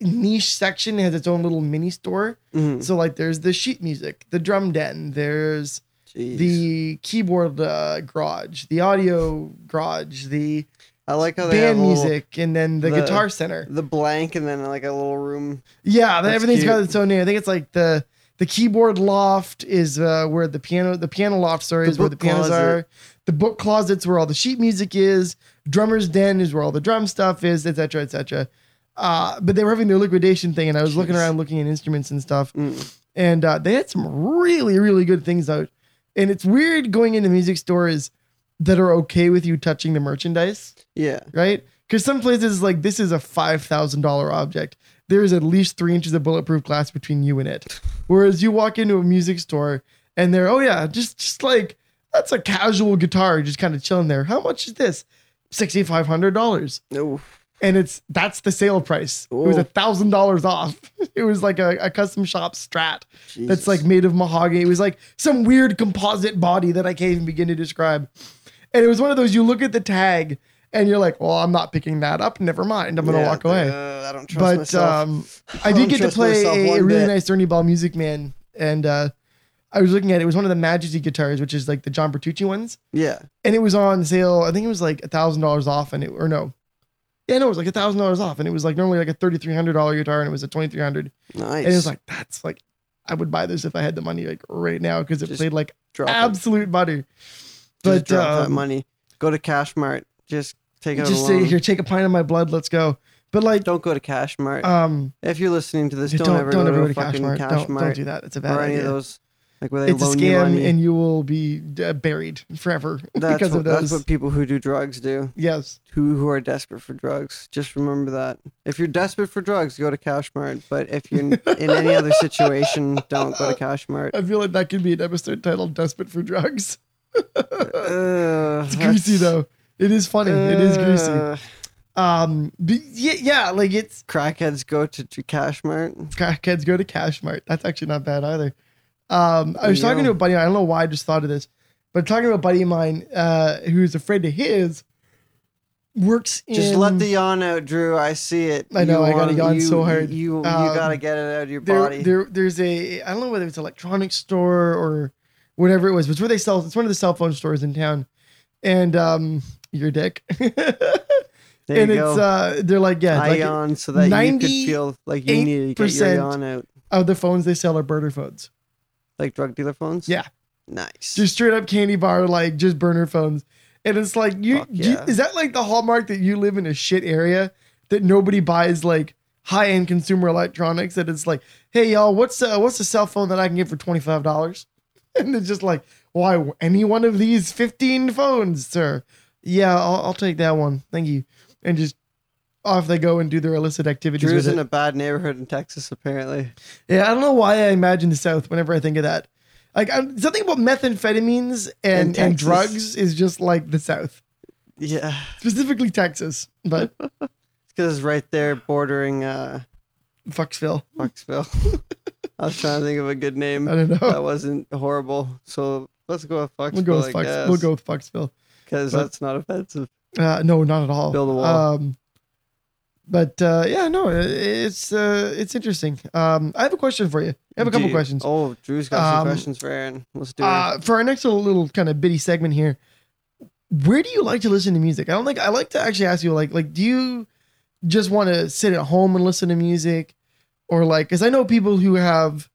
[SPEAKER 1] niche section has its own little mini store.
[SPEAKER 2] Mhm.
[SPEAKER 1] So like there's the sheet music, the drum den, there's
[SPEAKER 2] Jeez.
[SPEAKER 1] the keyboard uh, garage, the audio garage, the
[SPEAKER 2] I like how they
[SPEAKER 1] band
[SPEAKER 2] have a little-
[SPEAKER 1] music, and then the,
[SPEAKER 2] the-
[SPEAKER 1] guitar center.
[SPEAKER 2] the blank, and then like a little room.
[SPEAKER 1] Yeah, that
[SPEAKER 2] That's
[SPEAKER 1] everything's got
[SPEAKER 2] cute.
[SPEAKER 1] its own name. I think it's like the the keyboard loft is uh, where the piano the piano loft sorry
[SPEAKER 2] The
[SPEAKER 1] is where the
[SPEAKER 2] book
[SPEAKER 1] pianos
[SPEAKER 2] closet.
[SPEAKER 1] are. The book closets where all the sheet music is. Drummer's den is where all the drum stuff is, etc., etc. Uh, but they were having their liquidation thing, and I was looking
[SPEAKER 2] Jeez.
[SPEAKER 1] around, looking at instruments and stuff,
[SPEAKER 2] Mm.
[SPEAKER 1] and uh, they had some really, really good things out. And it's weird going into music stores that are okay with you touching the merchandise
[SPEAKER 2] Yeah.
[SPEAKER 1] right? Because some places like this is a five thousand dollar object. There is at least three inches of bulletproof glass between you and it. Whereas you walk into a music store and they're oh yeah, just just like that's a casual guitar, just kind of chilling there. How much is this? Sixty five hundred dollars,
[SPEAKER 2] Oh,
[SPEAKER 1] and it's that's the sale price. It was
[SPEAKER 2] Ooh.
[SPEAKER 1] a thousand dollars off. (laughs) It was like a, a custom shop Strat that's
[SPEAKER 2] Jesus.
[SPEAKER 1] like made of mahogany. It was like some weird composite body that I can't even begin to describe. And it was one of those you look at the tag and you're like, well, I'm not picking that up. Never mind. I'm going to
[SPEAKER 2] Yeah,
[SPEAKER 1] walk away.
[SPEAKER 2] uh, I don't trust
[SPEAKER 1] but
[SPEAKER 2] myself. (laughs)
[SPEAKER 1] um, I
[SPEAKER 2] I
[SPEAKER 1] did
[SPEAKER 2] don't
[SPEAKER 1] get to
[SPEAKER 2] trust
[SPEAKER 1] play
[SPEAKER 2] myself
[SPEAKER 1] a, a
[SPEAKER 2] one
[SPEAKER 1] really
[SPEAKER 2] bit.
[SPEAKER 1] nice Ernie Ball Music Man. And uh, I was looking at it. It was one of the Majesty guitars, which is like the John Bertucci ones.
[SPEAKER 2] yeah.
[SPEAKER 1] And it was on sale. I think it was like $1,000 off. And it, or no. Yeah, no, it was like $1,000 off. And it was like normally like a $3,300 guitar and it was a 2300
[SPEAKER 2] Nice.
[SPEAKER 1] and it was like, that's like, I would buy this if I had the money like right now because it
[SPEAKER 2] Just
[SPEAKER 1] played like
[SPEAKER 2] drop it.
[SPEAKER 1] absolute butter.
[SPEAKER 2] Just
[SPEAKER 1] But
[SPEAKER 2] drop that
[SPEAKER 1] um,
[SPEAKER 2] money. Go to Cashmart. Just take out
[SPEAKER 1] just
[SPEAKER 2] a
[SPEAKER 1] say
[SPEAKER 2] loan.
[SPEAKER 1] here, take a pint of my blood, let's go. But like,
[SPEAKER 2] Don't go to Cashmart.
[SPEAKER 1] um,
[SPEAKER 2] if you're listening to this,
[SPEAKER 1] don't
[SPEAKER 2] don't,
[SPEAKER 1] don't,
[SPEAKER 2] ever go to,
[SPEAKER 1] ever go to
[SPEAKER 2] fucking
[SPEAKER 1] Cashmart.
[SPEAKER 2] Cashmart,
[SPEAKER 1] Don't, don't do that. It's a bad
[SPEAKER 2] or any
[SPEAKER 1] idea.
[SPEAKER 2] of those. Like where they
[SPEAKER 1] it's a
[SPEAKER 2] loan you
[SPEAKER 1] scam,
[SPEAKER 2] money.
[SPEAKER 1] and (laughs) you will be uh, buried forever (laughs)
[SPEAKER 2] that's
[SPEAKER 1] because
[SPEAKER 2] what,
[SPEAKER 1] of those.
[SPEAKER 2] That's what people who do drugs do.
[SPEAKER 1] yes,
[SPEAKER 2] Who who are desperate for drugs. Just remember that. If you're desperate for drugs, go to Cashmart. But if you're in in any other situation, don't go to Cashmart.
[SPEAKER 1] (laughs) I feel like that could be an episode titled "Desperate for Drugs."
[SPEAKER 2] Uh,
[SPEAKER 1] It's greasy though. It is funny. it is greasy. Um, but yeah, yeah, like it's
[SPEAKER 2] Crackheads go to, to Cashmart.
[SPEAKER 1] crackheads go to Cashmart. That's actually not bad either. Um, I was
[SPEAKER 2] Yeah.
[SPEAKER 1] talking to a buddy. I don't know why I just thought of this, but talking to a buddy of mine uh, who's a friend of his works in.
[SPEAKER 2] Just let the yawn out, Drew. I see it.
[SPEAKER 1] I know, I gotta
[SPEAKER 2] wanna-
[SPEAKER 1] yawn
[SPEAKER 2] you,
[SPEAKER 1] so hard.
[SPEAKER 2] You you
[SPEAKER 1] Um,
[SPEAKER 2] gotta get it out of your
[SPEAKER 1] there,
[SPEAKER 2] body.
[SPEAKER 1] there there's a I don't know whether it's an electronics store or whatever it was, but it's where they sell. It's one of the cell phone stores in town, and um, your dick. (laughs)
[SPEAKER 2] There
[SPEAKER 1] and
[SPEAKER 2] you
[SPEAKER 1] it's
[SPEAKER 2] go.
[SPEAKER 1] uh, they're like yeah,
[SPEAKER 2] I
[SPEAKER 1] like
[SPEAKER 2] yawn so that you
[SPEAKER 1] 98%
[SPEAKER 2] could feel like you needed to get your yawn out,
[SPEAKER 1] of oh, the phones they sell are burner phones.
[SPEAKER 2] like drug dealer phones.
[SPEAKER 1] Yeah.
[SPEAKER 2] Nice.
[SPEAKER 1] just straight up candy bar, like just burner phones. And it's like you,
[SPEAKER 2] Fuck
[SPEAKER 1] you-
[SPEAKER 2] yeah.
[SPEAKER 1] is that like the hallmark that you live in a shit area that nobody buys like high end consumer electronics? That it's like, hey y'all, what's uh, what's a cell phone that I can get for twenty five dollars? (laughs) And they're just like, why any one of these fifteen phones, sir? Yeah, I'll, I'll take that one, thank you. And just off they go and do their illicit activities.
[SPEAKER 2] Drew's
[SPEAKER 1] With
[SPEAKER 2] in
[SPEAKER 1] it.
[SPEAKER 2] a bad neighborhood in Texas, apparently.
[SPEAKER 1] yeah, I don't know why I imagine the South whenever I think of that. Like i something about methamphetamines and,
[SPEAKER 2] In
[SPEAKER 1] and
[SPEAKER 2] Texas.
[SPEAKER 1] drugs is just like the South.
[SPEAKER 2] Yeah,
[SPEAKER 1] specifically Texas,
[SPEAKER 2] (laughs)
[SPEAKER 1] but
[SPEAKER 2] because it's right there bordering uh,
[SPEAKER 1] Foxville.
[SPEAKER 2] Foxville. (laughs) I was trying to think of a good
[SPEAKER 1] I
[SPEAKER 2] name
[SPEAKER 1] don't know.
[SPEAKER 2] that wasn't horrible. So let's go with
[SPEAKER 1] (laughs)
[SPEAKER 2] Foxville.
[SPEAKER 1] We'll go with
[SPEAKER 2] I
[SPEAKER 1] Fox.
[SPEAKER 2] guess,
[SPEAKER 1] We'll go with Foxville.
[SPEAKER 2] because
[SPEAKER 1] but-
[SPEAKER 2] that's not offensive.
[SPEAKER 1] Uh, no, not at all.
[SPEAKER 2] Build a wall.
[SPEAKER 1] Um, but uh, yeah, no, it- it's uh, it's interesting. Um, I have a question for you. I have a couple
[SPEAKER 2] Dude.
[SPEAKER 1] questions.
[SPEAKER 2] Oh, Drew's got some
[SPEAKER 1] Um,
[SPEAKER 2] questions for Aaron. Let's do it.
[SPEAKER 1] Uh, for our next little, little kind of bitty segment here, where do you like to listen to music? I don't think I like to actually ask you like like do you just want to sit at home and listen to music, or like because I know people who have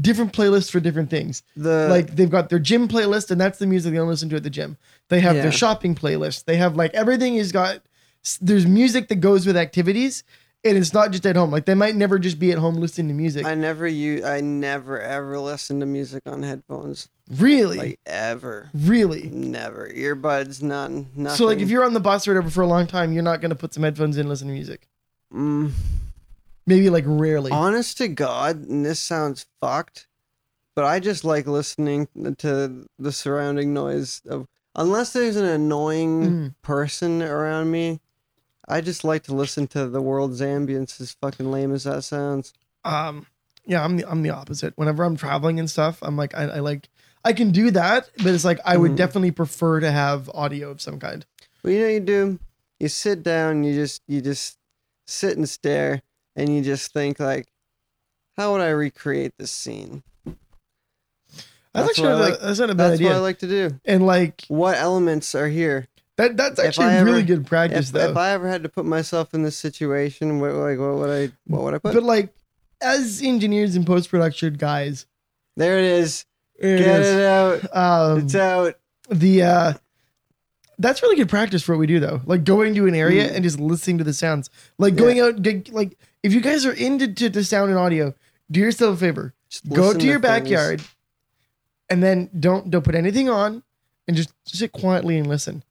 [SPEAKER 1] different playlists for different things.
[SPEAKER 2] the
[SPEAKER 1] like they've got their gym playlist and that's the music they only listen to at the gym they have
[SPEAKER 2] Yeah.
[SPEAKER 1] their shopping playlist they have like everything is got s- there's music that goes with activities and it's not just at home like they might never just be at home listening to music
[SPEAKER 2] I never use. I never ever listen to music on headphones.
[SPEAKER 1] really
[SPEAKER 2] Like ever.
[SPEAKER 1] really
[SPEAKER 2] Never. Earbuds, none. Nothing.
[SPEAKER 1] so like if you're on the bus or whatever for a long time you're not going to put some headphones in and listen to music
[SPEAKER 2] Mm,
[SPEAKER 1] maybe like rarely
[SPEAKER 2] honest to God, and this sounds fucked, but I just like listening to the surrounding noise of. Unless there's an annoying
[SPEAKER 1] Mm.
[SPEAKER 2] person around me, I just like to listen to the world's ambience. As fucking lame as that sounds.
[SPEAKER 1] um yeah i'm the i'm the opposite whenever i'm traveling and stuff i'm like i, I like i can do that but it's like i would
[SPEAKER 2] Mhm.
[SPEAKER 1] definitely prefer to have audio of some kind
[SPEAKER 2] Well, you know what you do? You sit down, you just you just sit and stare, and you just think like, how would I recreate this scene?
[SPEAKER 1] That's,
[SPEAKER 2] That's
[SPEAKER 1] actually
[SPEAKER 2] what I
[SPEAKER 1] not,
[SPEAKER 2] like-
[SPEAKER 1] that's not a bad
[SPEAKER 2] That's
[SPEAKER 1] idea.
[SPEAKER 2] what I like to do.
[SPEAKER 1] and like
[SPEAKER 2] What elements are here?
[SPEAKER 1] that, that's
[SPEAKER 2] If
[SPEAKER 1] actually
[SPEAKER 2] I
[SPEAKER 1] really
[SPEAKER 2] ever-
[SPEAKER 1] good practice
[SPEAKER 2] If,
[SPEAKER 1] though.
[SPEAKER 2] if I ever had to put myself in this situation, what like what would I what would I put?
[SPEAKER 1] but like as engineers and post production guys,
[SPEAKER 2] there it is.
[SPEAKER 1] it
[SPEAKER 2] Get
[SPEAKER 1] is,
[SPEAKER 2] it out.
[SPEAKER 1] um,
[SPEAKER 2] It's out.
[SPEAKER 1] the uh, that's really good practice for what we do though. Like going to an area
[SPEAKER 2] Mm.
[SPEAKER 1] and just listening to the sounds. Like
[SPEAKER 2] Yeah.
[SPEAKER 1] going out, get, like if you guys are into to, to sound and audio, do yourself a favor.
[SPEAKER 2] Just
[SPEAKER 1] go
[SPEAKER 2] listen
[SPEAKER 1] to your
[SPEAKER 2] things.
[SPEAKER 1] backyard and then don't don't put anything on and just sit quietly and listen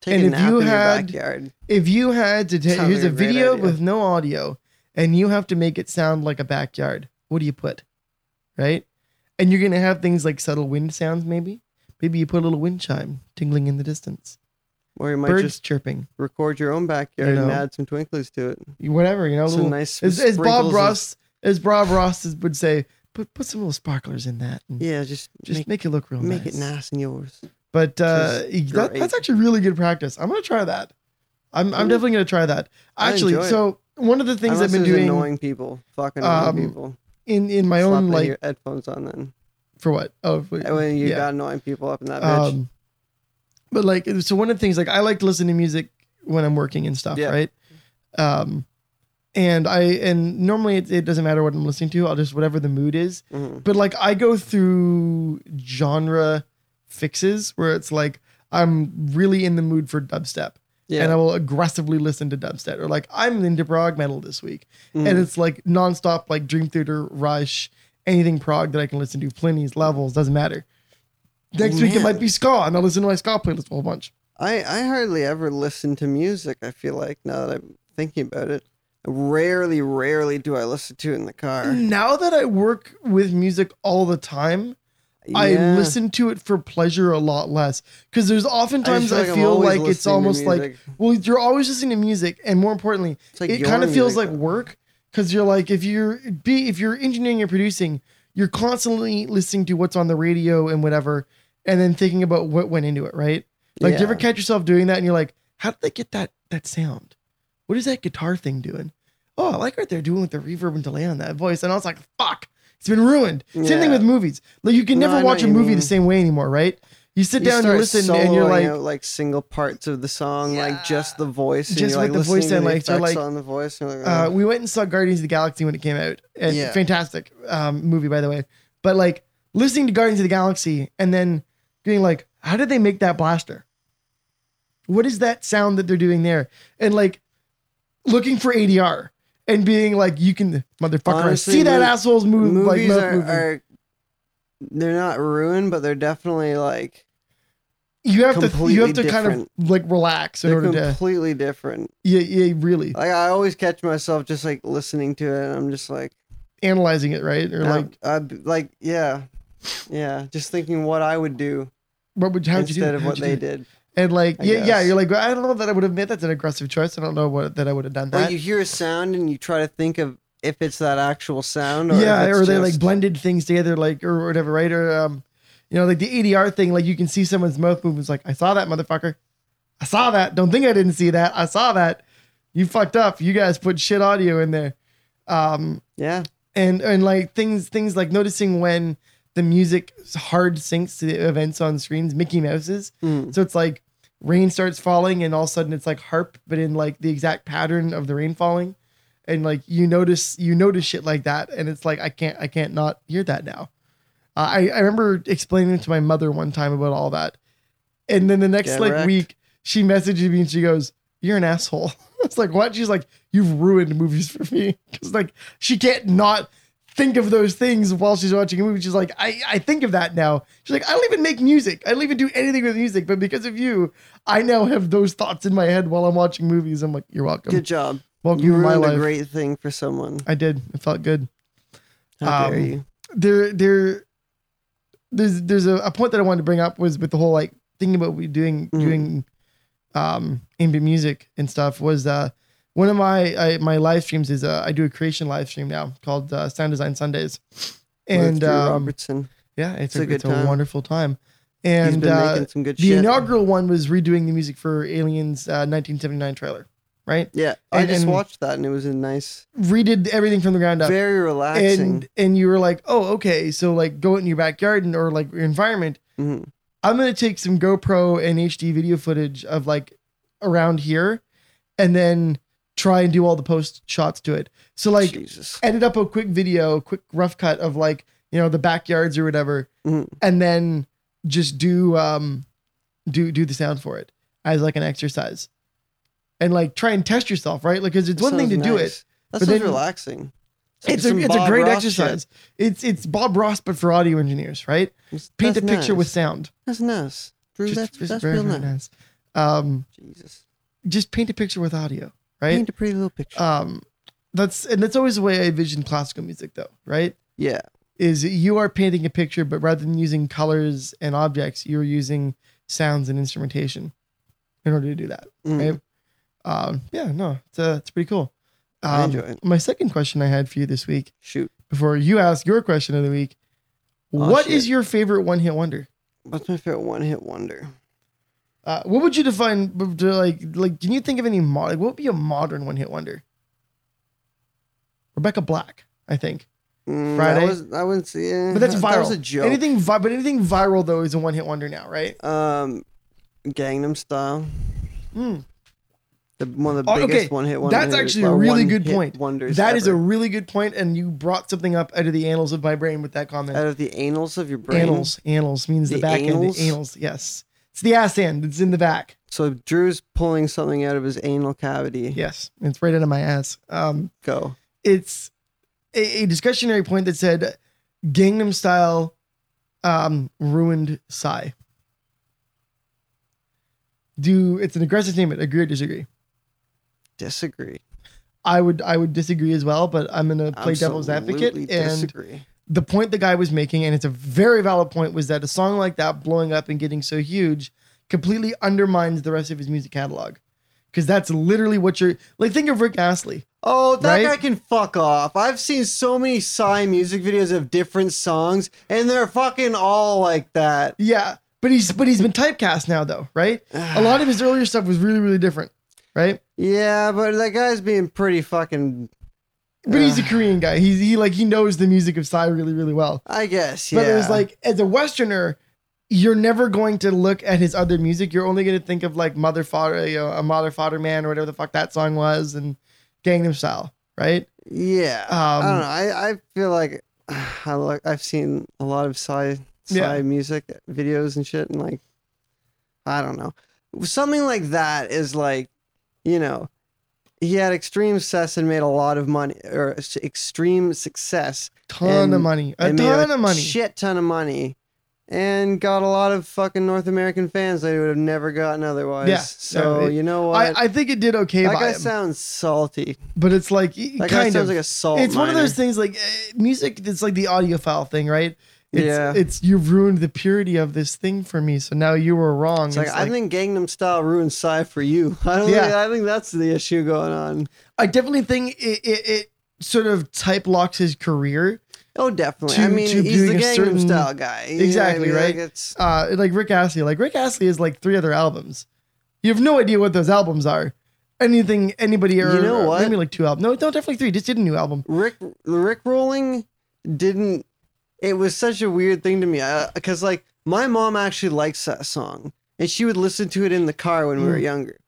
[SPEAKER 2] Take
[SPEAKER 1] and
[SPEAKER 2] a
[SPEAKER 1] if
[SPEAKER 2] nap
[SPEAKER 1] you
[SPEAKER 2] in
[SPEAKER 1] had-
[SPEAKER 2] your backyard.
[SPEAKER 1] if you had to take
[SPEAKER 2] Sounds
[SPEAKER 1] here's
[SPEAKER 2] like
[SPEAKER 1] a
[SPEAKER 2] a great
[SPEAKER 1] video
[SPEAKER 2] idea.
[SPEAKER 1] with no audio and you have to make it sound like a backyard what do you put right and you're gonna have things like subtle wind sounds maybe maybe you put a little wind chime tingling in the distance
[SPEAKER 2] Or you might
[SPEAKER 1] birds
[SPEAKER 2] just
[SPEAKER 1] chirping
[SPEAKER 2] record your own backyard
[SPEAKER 1] know.
[SPEAKER 2] and add some twinklies to it.
[SPEAKER 1] whatever you know
[SPEAKER 2] Some
[SPEAKER 1] little-
[SPEAKER 2] nice
[SPEAKER 1] as, as
[SPEAKER 2] sprinkles
[SPEAKER 1] bob
[SPEAKER 2] of-
[SPEAKER 1] ross as bob ross is- would say put put some little sparklers in that and
[SPEAKER 2] Yeah, just
[SPEAKER 1] just
[SPEAKER 2] just
[SPEAKER 1] make, it look real
[SPEAKER 2] make
[SPEAKER 1] nice.
[SPEAKER 2] it nice and yours.
[SPEAKER 1] But uh,
[SPEAKER 2] is
[SPEAKER 1] that,
[SPEAKER 2] great.
[SPEAKER 1] that's actually really good practice. I'm gonna try that. I'm, I'm
[SPEAKER 2] Cool.
[SPEAKER 1] definitely gonna try that.
[SPEAKER 2] I
[SPEAKER 1] Actually,
[SPEAKER 2] enjoy it.
[SPEAKER 1] so one of the things I've
[SPEAKER 2] Unless
[SPEAKER 1] been
[SPEAKER 2] there's
[SPEAKER 1] doing
[SPEAKER 2] annoying people, fucking annoying
[SPEAKER 1] um,
[SPEAKER 2] people.
[SPEAKER 1] in in my
[SPEAKER 2] Slap
[SPEAKER 1] own
[SPEAKER 2] the
[SPEAKER 1] like
[SPEAKER 2] ear- headphones on then.
[SPEAKER 1] for what? Oh, for-
[SPEAKER 2] When you
[SPEAKER 1] yeah.
[SPEAKER 2] got annoying people up in that bitch.
[SPEAKER 1] Um, but like, so one of the things like I like to listen to music when I'm working and stuff,
[SPEAKER 2] Yeah.
[SPEAKER 1] right? Um, and I and normally it, it doesn't matter what I'm listening to. I'll just whatever the mood is.
[SPEAKER 2] Mhm.
[SPEAKER 1] But like I go through genre fixes where it's like I'm really in the mood for dubstep.
[SPEAKER 2] Yeah.
[SPEAKER 1] and I will aggressively listen to dubstep. Or like I'm into prog metal this week,
[SPEAKER 2] Mhm.
[SPEAKER 1] and it's like nonstop, like Dream Theater, Rush, anything prog that I can listen to. Plenty's levels doesn't matter. Next week it
[SPEAKER 2] Man.
[SPEAKER 1] might be ska, and I'll listen to my ska playlist a whole bunch.
[SPEAKER 2] I, I hardly ever listen to music, I feel like, now that I'm thinking about it. Rarely, rarely do I listen to it in the car.
[SPEAKER 1] Now that I work with music all the time, I
[SPEAKER 2] Yeah.
[SPEAKER 1] listen to it for pleasure a lot less because there's oftentimes I
[SPEAKER 2] I'm
[SPEAKER 1] feel
[SPEAKER 2] always
[SPEAKER 1] like, it's
[SPEAKER 2] listening to
[SPEAKER 1] almost like
[SPEAKER 2] music.
[SPEAKER 1] well you're always listening to music, and more importantly,
[SPEAKER 2] It's like
[SPEAKER 1] it
[SPEAKER 2] your
[SPEAKER 1] kind of feels like
[SPEAKER 2] music.
[SPEAKER 1] work because you're like if you're be if you're engineering and producing, you're constantly listening to what's on the radio and whatever, and then thinking about what went into it, right? Like, do you ever
[SPEAKER 2] Yeah.
[SPEAKER 1] catch yourself doing that and you're like, how did they get that that sound? What is that guitar thing doing? Oh, I like what they're doing with the reverb and delay on that voice, and I was like, fuck, it's been ruined. Same thing
[SPEAKER 2] Yeah.
[SPEAKER 1] with movies. Like you can
[SPEAKER 2] No, I
[SPEAKER 1] never
[SPEAKER 2] know
[SPEAKER 1] watch a
[SPEAKER 2] what you
[SPEAKER 1] movie the
[SPEAKER 2] mean.
[SPEAKER 1] same way anymore, right? You sit down, you
[SPEAKER 2] start
[SPEAKER 1] listen, and you're
[SPEAKER 2] soloing
[SPEAKER 1] like,
[SPEAKER 2] out, like single parts of the song, like just the voice, and
[SPEAKER 1] Just
[SPEAKER 2] you're, like,
[SPEAKER 1] with the voice
[SPEAKER 2] listening to
[SPEAKER 1] and,
[SPEAKER 2] the
[SPEAKER 1] like, so,
[SPEAKER 2] effects
[SPEAKER 1] like,
[SPEAKER 2] on the voice. and you're like,
[SPEAKER 1] Uh,
[SPEAKER 2] oh.
[SPEAKER 1] we went and saw Guardians of the Galaxy when it came out. And
[SPEAKER 2] Yeah.
[SPEAKER 1] Fantastic um, movie, by the way. But like listening to Guardians of the Galaxy and then being like, how did they make that blaster? What is that sound that they're doing there? And like looking for ADR and being like, you can, motherfucker,
[SPEAKER 2] Honestly,
[SPEAKER 1] I see that
[SPEAKER 2] mov-
[SPEAKER 1] asshole's move. like,
[SPEAKER 2] movies
[SPEAKER 1] mouth
[SPEAKER 2] are,
[SPEAKER 1] moving.
[SPEAKER 2] are they're not ruined, but they're definitely like
[SPEAKER 1] you have to, you have to
[SPEAKER 2] completely
[SPEAKER 1] kind of like relax in
[SPEAKER 2] they're
[SPEAKER 1] order to,
[SPEAKER 2] completely different.
[SPEAKER 1] yeah, yeah, really
[SPEAKER 2] Like I always catch myself just like listening to it, and I'm just like,
[SPEAKER 1] analyzing it, right? Or like,
[SPEAKER 2] I'm- I'd be- like yeah, yeah, just thinking what I would do
[SPEAKER 1] what would, how would you do
[SPEAKER 2] instead of
[SPEAKER 1] how'd
[SPEAKER 2] what
[SPEAKER 1] you
[SPEAKER 2] they
[SPEAKER 1] do?
[SPEAKER 2] did.
[SPEAKER 1] And like,
[SPEAKER 2] I
[SPEAKER 1] yeah, yeah,
[SPEAKER 2] guess.
[SPEAKER 1] you're like, well, I don't know that I would have made that's an aggressive choice. I don't know what that I would have done
[SPEAKER 2] Or
[SPEAKER 1] that.
[SPEAKER 2] you hear a sound and you try to think of if it's that actual sound, or if
[SPEAKER 1] yeah,
[SPEAKER 2] it's
[SPEAKER 1] or they like
[SPEAKER 2] just-
[SPEAKER 1] blended things together, like or whatever, right? Or um, you know, like the ADR thing, like you can see someone's mouth movements. Like I saw that motherfucker, I saw that. Don't think I didn't see that. I saw that. You fucked up. You guys put shit audio in there. Um,
[SPEAKER 2] yeah,
[SPEAKER 1] and and like things things like noticing when the music hard syncs to the events on screens. Mickey Mouse's.
[SPEAKER 2] Mm.
[SPEAKER 1] So it's like rain starts falling and all of a sudden it's like harp, but in like the exact pattern of the rain falling. And like you notice you notice shit like that, and it's like I can't I can't not hear that now. Uh, I I remember explaining to my mother one time about all that, and then the next
[SPEAKER 2] Get
[SPEAKER 1] like
[SPEAKER 2] wrecked.
[SPEAKER 1] week she messages me and she goes, "You're an asshole." (laughs) It's like what? She's like, "You've ruined movies for me," (laughs) because like she can't not think of those things while she's watching a movie. She's like, I, I think of that now. She's like, I don't even make music. I don't even do anything with music. But because of you, I now have those thoughts in my head while I'm watching movies. I'm like, you're welcome.
[SPEAKER 2] good job.
[SPEAKER 1] welcome
[SPEAKER 2] You
[SPEAKER 1] to my
[SPEAKER 2] ruined
[SPEAKER 1] life.
[SPEAKER 2] a great thing for someone.
[SPEAKER 1] I did. It felt good.
[SPEAKER 2] How dare
[SPEAKER 1] Um,
[SPEAKER 2] you?
[SPEAKER 1] There, there, there's, there's a, a point that I wanted to bring up was with the whole like thinking about we doing,
[SPEAKER 2] Mhm.
[SPEAKER 1] doing, um, ambient music and stuff was, uh, one of my I, my live streams is uh, I do a creation live stream now called uh, Sound Design Sundays, and
[SPEAKER 2] With Drew
[SPEAKER 1] um,
[SPEAKER 2] Robertson,
[SPEAKER 1] Yeah, it's,
[SPEAKER 2] It's
[SPEAKER 1] a,
[SPEAKER 2] a good
[SPEAKER 1] it's a
[SPEAKER 2] time.
[SPEAKER 1] wonderful time.
[SPEAKER 2] he's
[SPEAKER 1] And
[SPEAKER 2] been
[SPEAKER 1] uh,
[SPEAKER 2] making some good
[SPEAKER 1] the
[SPEAKER 2] shit.
[SPEAKER 1] inaugural one was redoing the music for Aliens uh, 1979 trailer, right?
[SPEAKER 2] Yeah, I
[SPEAKER 1] And-
[SPEAKER 2] just
[SPEAKER 1] and-
[SPEAKER 2] watched that and it was a nice,
[SPEAKER 1] Redid everything from the ground up.
[SPEAKER 2] very relaxing.
[SPEAKER 1] and and you were like, oh, okay, so like go in your backyard and or like your environment.
[SPEAKER 2] Mhm.
[SPEAKER 1] I'm gonna take some GoPro and HD video footage of like around here, and then try and do all the post shots to it. So like
[SPEAKER 2] Jesus.
[SPEAKER 1] ended up a quick video, quick rough cut of like you know the backyards or whatever,
[SPEAKER 2] Mhm.
[SPEAKER 1] and then just do um do do the sound for it as like an exercise, and like try and test yourself, right? Like, because it's one thing to
[SPEAKER 2] Sounds
[SPEAKER 1] do it,
[SPEAKER 2] nice. That
[SPEAKER 1] but
[SPEAKER 2] sounds
[SPEAKER 1] then-
[SPEAKER 2] relaxing. like
[SPEAKER 1] it's a,
[SPEAKER 2] some
[SPEAKER 1] it's a
[SPEAKER 2] Bob
[SPEAKER 1] great
[SPEAKER 2] Ross
[SPEAKER 1] exercise.
[SPEAKER 2] shit.
[SPEAKER 1] It's it's Bob Ross, but for audio engineers, right?
[SPEAKER 2] That's-
[SPEAKER 1] Paint
[SPEAKER 2] that's
[SPEAKER 1] the picture
[SPEAKER 2] nice.
[SPEAKER 1] with sound.
[SPEAKER 2] That's nice, Drew.
[SPEAKER 1] Just-
[SPEAKER 2] that's
[SPEAKER 1] just
[SPEAKER 2] that's
[SPEAKER 1] very,
[SPEAKER 2] real
[SPEAKER 1] very
[SPEAKER 2] nice.
[SPEAKER 1] nice. Um,
[SPEAKER 2] Jesus,
[SPEAKER 1] just paint a picture with audio, right?
[SPEAKER 2] paint a pretty little picture.
[SPEAKER 1] Um, that's and that's always the way I envision classical music, though, right?
[SPEAKER 2] yeah,
[SPEAKER 1] Is you are painting a picture, but rather than using colors and objects, you're using sounds and instrumentation in order to do that.
[SPEAKER 2] Mm.
[SPEAKER 1] right? Um, yeah, no, it's uh, it's pretty cool.
[SPEAKER 2] I
[SPEAKER 1] Um,
[SPEAKER 2] enjoy it.
[SPEAKER 1] my second question I had for you this week
[SPEAKER 2] Shoot,
[SPEAKER 1] before you ask your question of the week.
[SPEAKER 2] Oh,
[SPEAKER 1] what
[SPEAKER 2] shit.
[SPEAKER 1] is your favorite one hit wonder?
[SPEAKER 2] what's my favorite one-hit wonder?
[SPEAKER 1] Uh, what would you define b- to, like like? Can you think of any mo- like, what would be a modern one hit wonder? Rebecca Black, I think,
[SPEAKER 2] Mm,
[SPEAKER 1] Friday?
[SPEAKER 2] I, was, I wouldn't see. eh,
[SPEAKER 1] but that's viral.
[SPEAKER 2] That was a joke.
[SPEAKER 1] Anything, vi- but anything viral though is a one hit wonder now, right?
[SPEAKER 2] Um, Gangnam Style.
[SPEAKER 1] Mm.
[SPEAKER 2] The one of the
[SPEAKER 1] Oh,
[SPEAKER 2] biggest
[SPEAKER 1] okay.
[SPEAKER 2] one-hit wonder.
[SPEAKER 1] That's actually a really good point.
[SPEAKER 2] Wonders.
[SPEAKER 1] That is a
[SPEAKER 2] ever.
[SPEAKER 1] really good point, and you brought something up out of the annals of my brain with that comment.
[SPEAKER 2] out of the anals of your brain.
[SPEAKER 1] Annals, annals means the,
[SPEAKER 2] The
[SPEAKER 1] back end.
[SPEAKER 2] annals?
[SPEAKER 1] The annals, yes, it's the ass end. It's in the back.
[SPEAKER 2] So Drew's pulling something out of his anal cavity.
[SPEAKER 1] Yes, it's right out of my ass. Um,
[SPEAKER 2] Go.
[SPEAKER 1] it's a, a discussionary point that said Gangnam Style um, ruined Psy. Do it's an aggressive statement. Agree or disagree?
[SPEAKER 2] Disagree.
[SPEAKER 1] I would I would disagree as well, but I'm gonna play devil's
[SPEAKER 2] Absolutely
[SPEAKER 1] advocate. And
[SPEAKER 2] Disagree.
[SPEAKER 1] the point the guy was making, and it's a very valid point, was that a song like that blowing up and getting so huge completely undermines the rest of his music catalog. Because that's literally what you're like. Think of Rick Astley.
[SPEAKER 2] Oh, that
[SPEAKER 1] Right?
[SPEAKER 2] guy can fuck off. I've seen so many Psy music videos of different songs, and they're fucking all like that.
[SPEAKER 1] Yeah, but he's but he's been typecast now though, right? a lot of his earlier stuff was really really different right
[SPEAKER 2] (sighs) Yeah, but that guy's being pretty fucking.
[SPEAKER 1] but he's a korean guy he's he like he knows the music of psy really really well
[SPEAKER 2] I guess. Yeah.
[SPEAKER 1] but it was like as a westerner you're never going to look at his other music you're only going to think of like mother fodder you know, a mother fodder man or whatever the fuck that song was and gangnam style right
[SPEAKER 2] Yeah.
[SPEAKER 1] Um,
[SPEAKER 2] I don't know. I, I feel like (sighs) I look, I've seen a lot of Psy, Psy
[SPEAKER 1] Yeah.
[SPEAKER 2] music videos and shit, and like, I don't know. Something like that is like, you know, he had extreme success and made a lot of money, or s- extreme success.
[SPEAKER 1] ton of
[SPEAKER 2] And-
[SPEAKER 1] money a
[SPEAKER 2] and made
[SPEAKER 1] ton of money
[SPEAKER 2] Shit ton of money. And got a lot of fucking North American fans that he would have never gotten otherwise.
[SPEAKER 1] Yeah. No,
[SPEAKER 2] So,
[SPEAKER 1] it-
[SPEAKER 2] you know what?
[SPEAKER 1] I, I think it did okay
[SPEAKER 2] that
[SPEAKER 1] by
[SPEAKER 2] guy
[SPEAKER 1] him,
[SPEAKER 2] sounds salty.
[SPEAKER 1] but it's like
[SPEAKER 2] That guy
[SPEAKER 1] kind
[SPEAKER 2] sounds
[SPEAKER 1] of
[SPEAKER 2] like a salt
[SPEAKER 1] it's one of
[SPEAKER 2] miner.
[SPEAKER 1] those things like eh, music it's like the audiophile thing right it's,
[SPEAKER 2] Yeah.
[SPEAKER 1] it's you've ruined the purity of this thing for me so now you were wrong
[SPEAKER 2] It's like,
[SPEAKER 1] It's
[SPEAKER 2] I
[SPEAKER 1] like-
[SPEAKER 2] think Gangnam Style ruined Psy for you. (laughs) I don't think,
[SPEAKER 1] Yeah.
[SPEAKER 2] I think that's the issue going on.
[SPEAKER 1] I definitely think it, it, it sort of type locks his career
[SPEAKER 2] Oh, definitely.
[SPEAKER 1] To-
[SPEAKER 2] I mean,
[SPEAKER 1] to
[SPEAKER 2] he's the
[SPEAKER 1] being a
[SPEAKER 2] Gangnam
[SPEAKER 1] certain-
[SPEAKER 2] Style guy. You know what I
[SPEAKER 1] Exactly,
[SPEAKER 2] mean?
[SPEAKER 1] right?
[SPEAKER 2] Like, it's
[SPEAKER 1] uh like rick astley like rick astley has like three other albums you have no idea what those albums are anything anybody or
[SPEAKER 2] You know
[SPEAKER 1] or
[SPEAKER 2] what?
[SPEAKER 1] maybe like two albums no no definitely three just did a new album
[SPEAKER 2] Rick Rick rolling didn't. It was such a weird thing to me because like my mom actually likes that song and she would listen to it in the car when we were
[SPEAKER 1] Mm.
[SPEAKER 2] younger.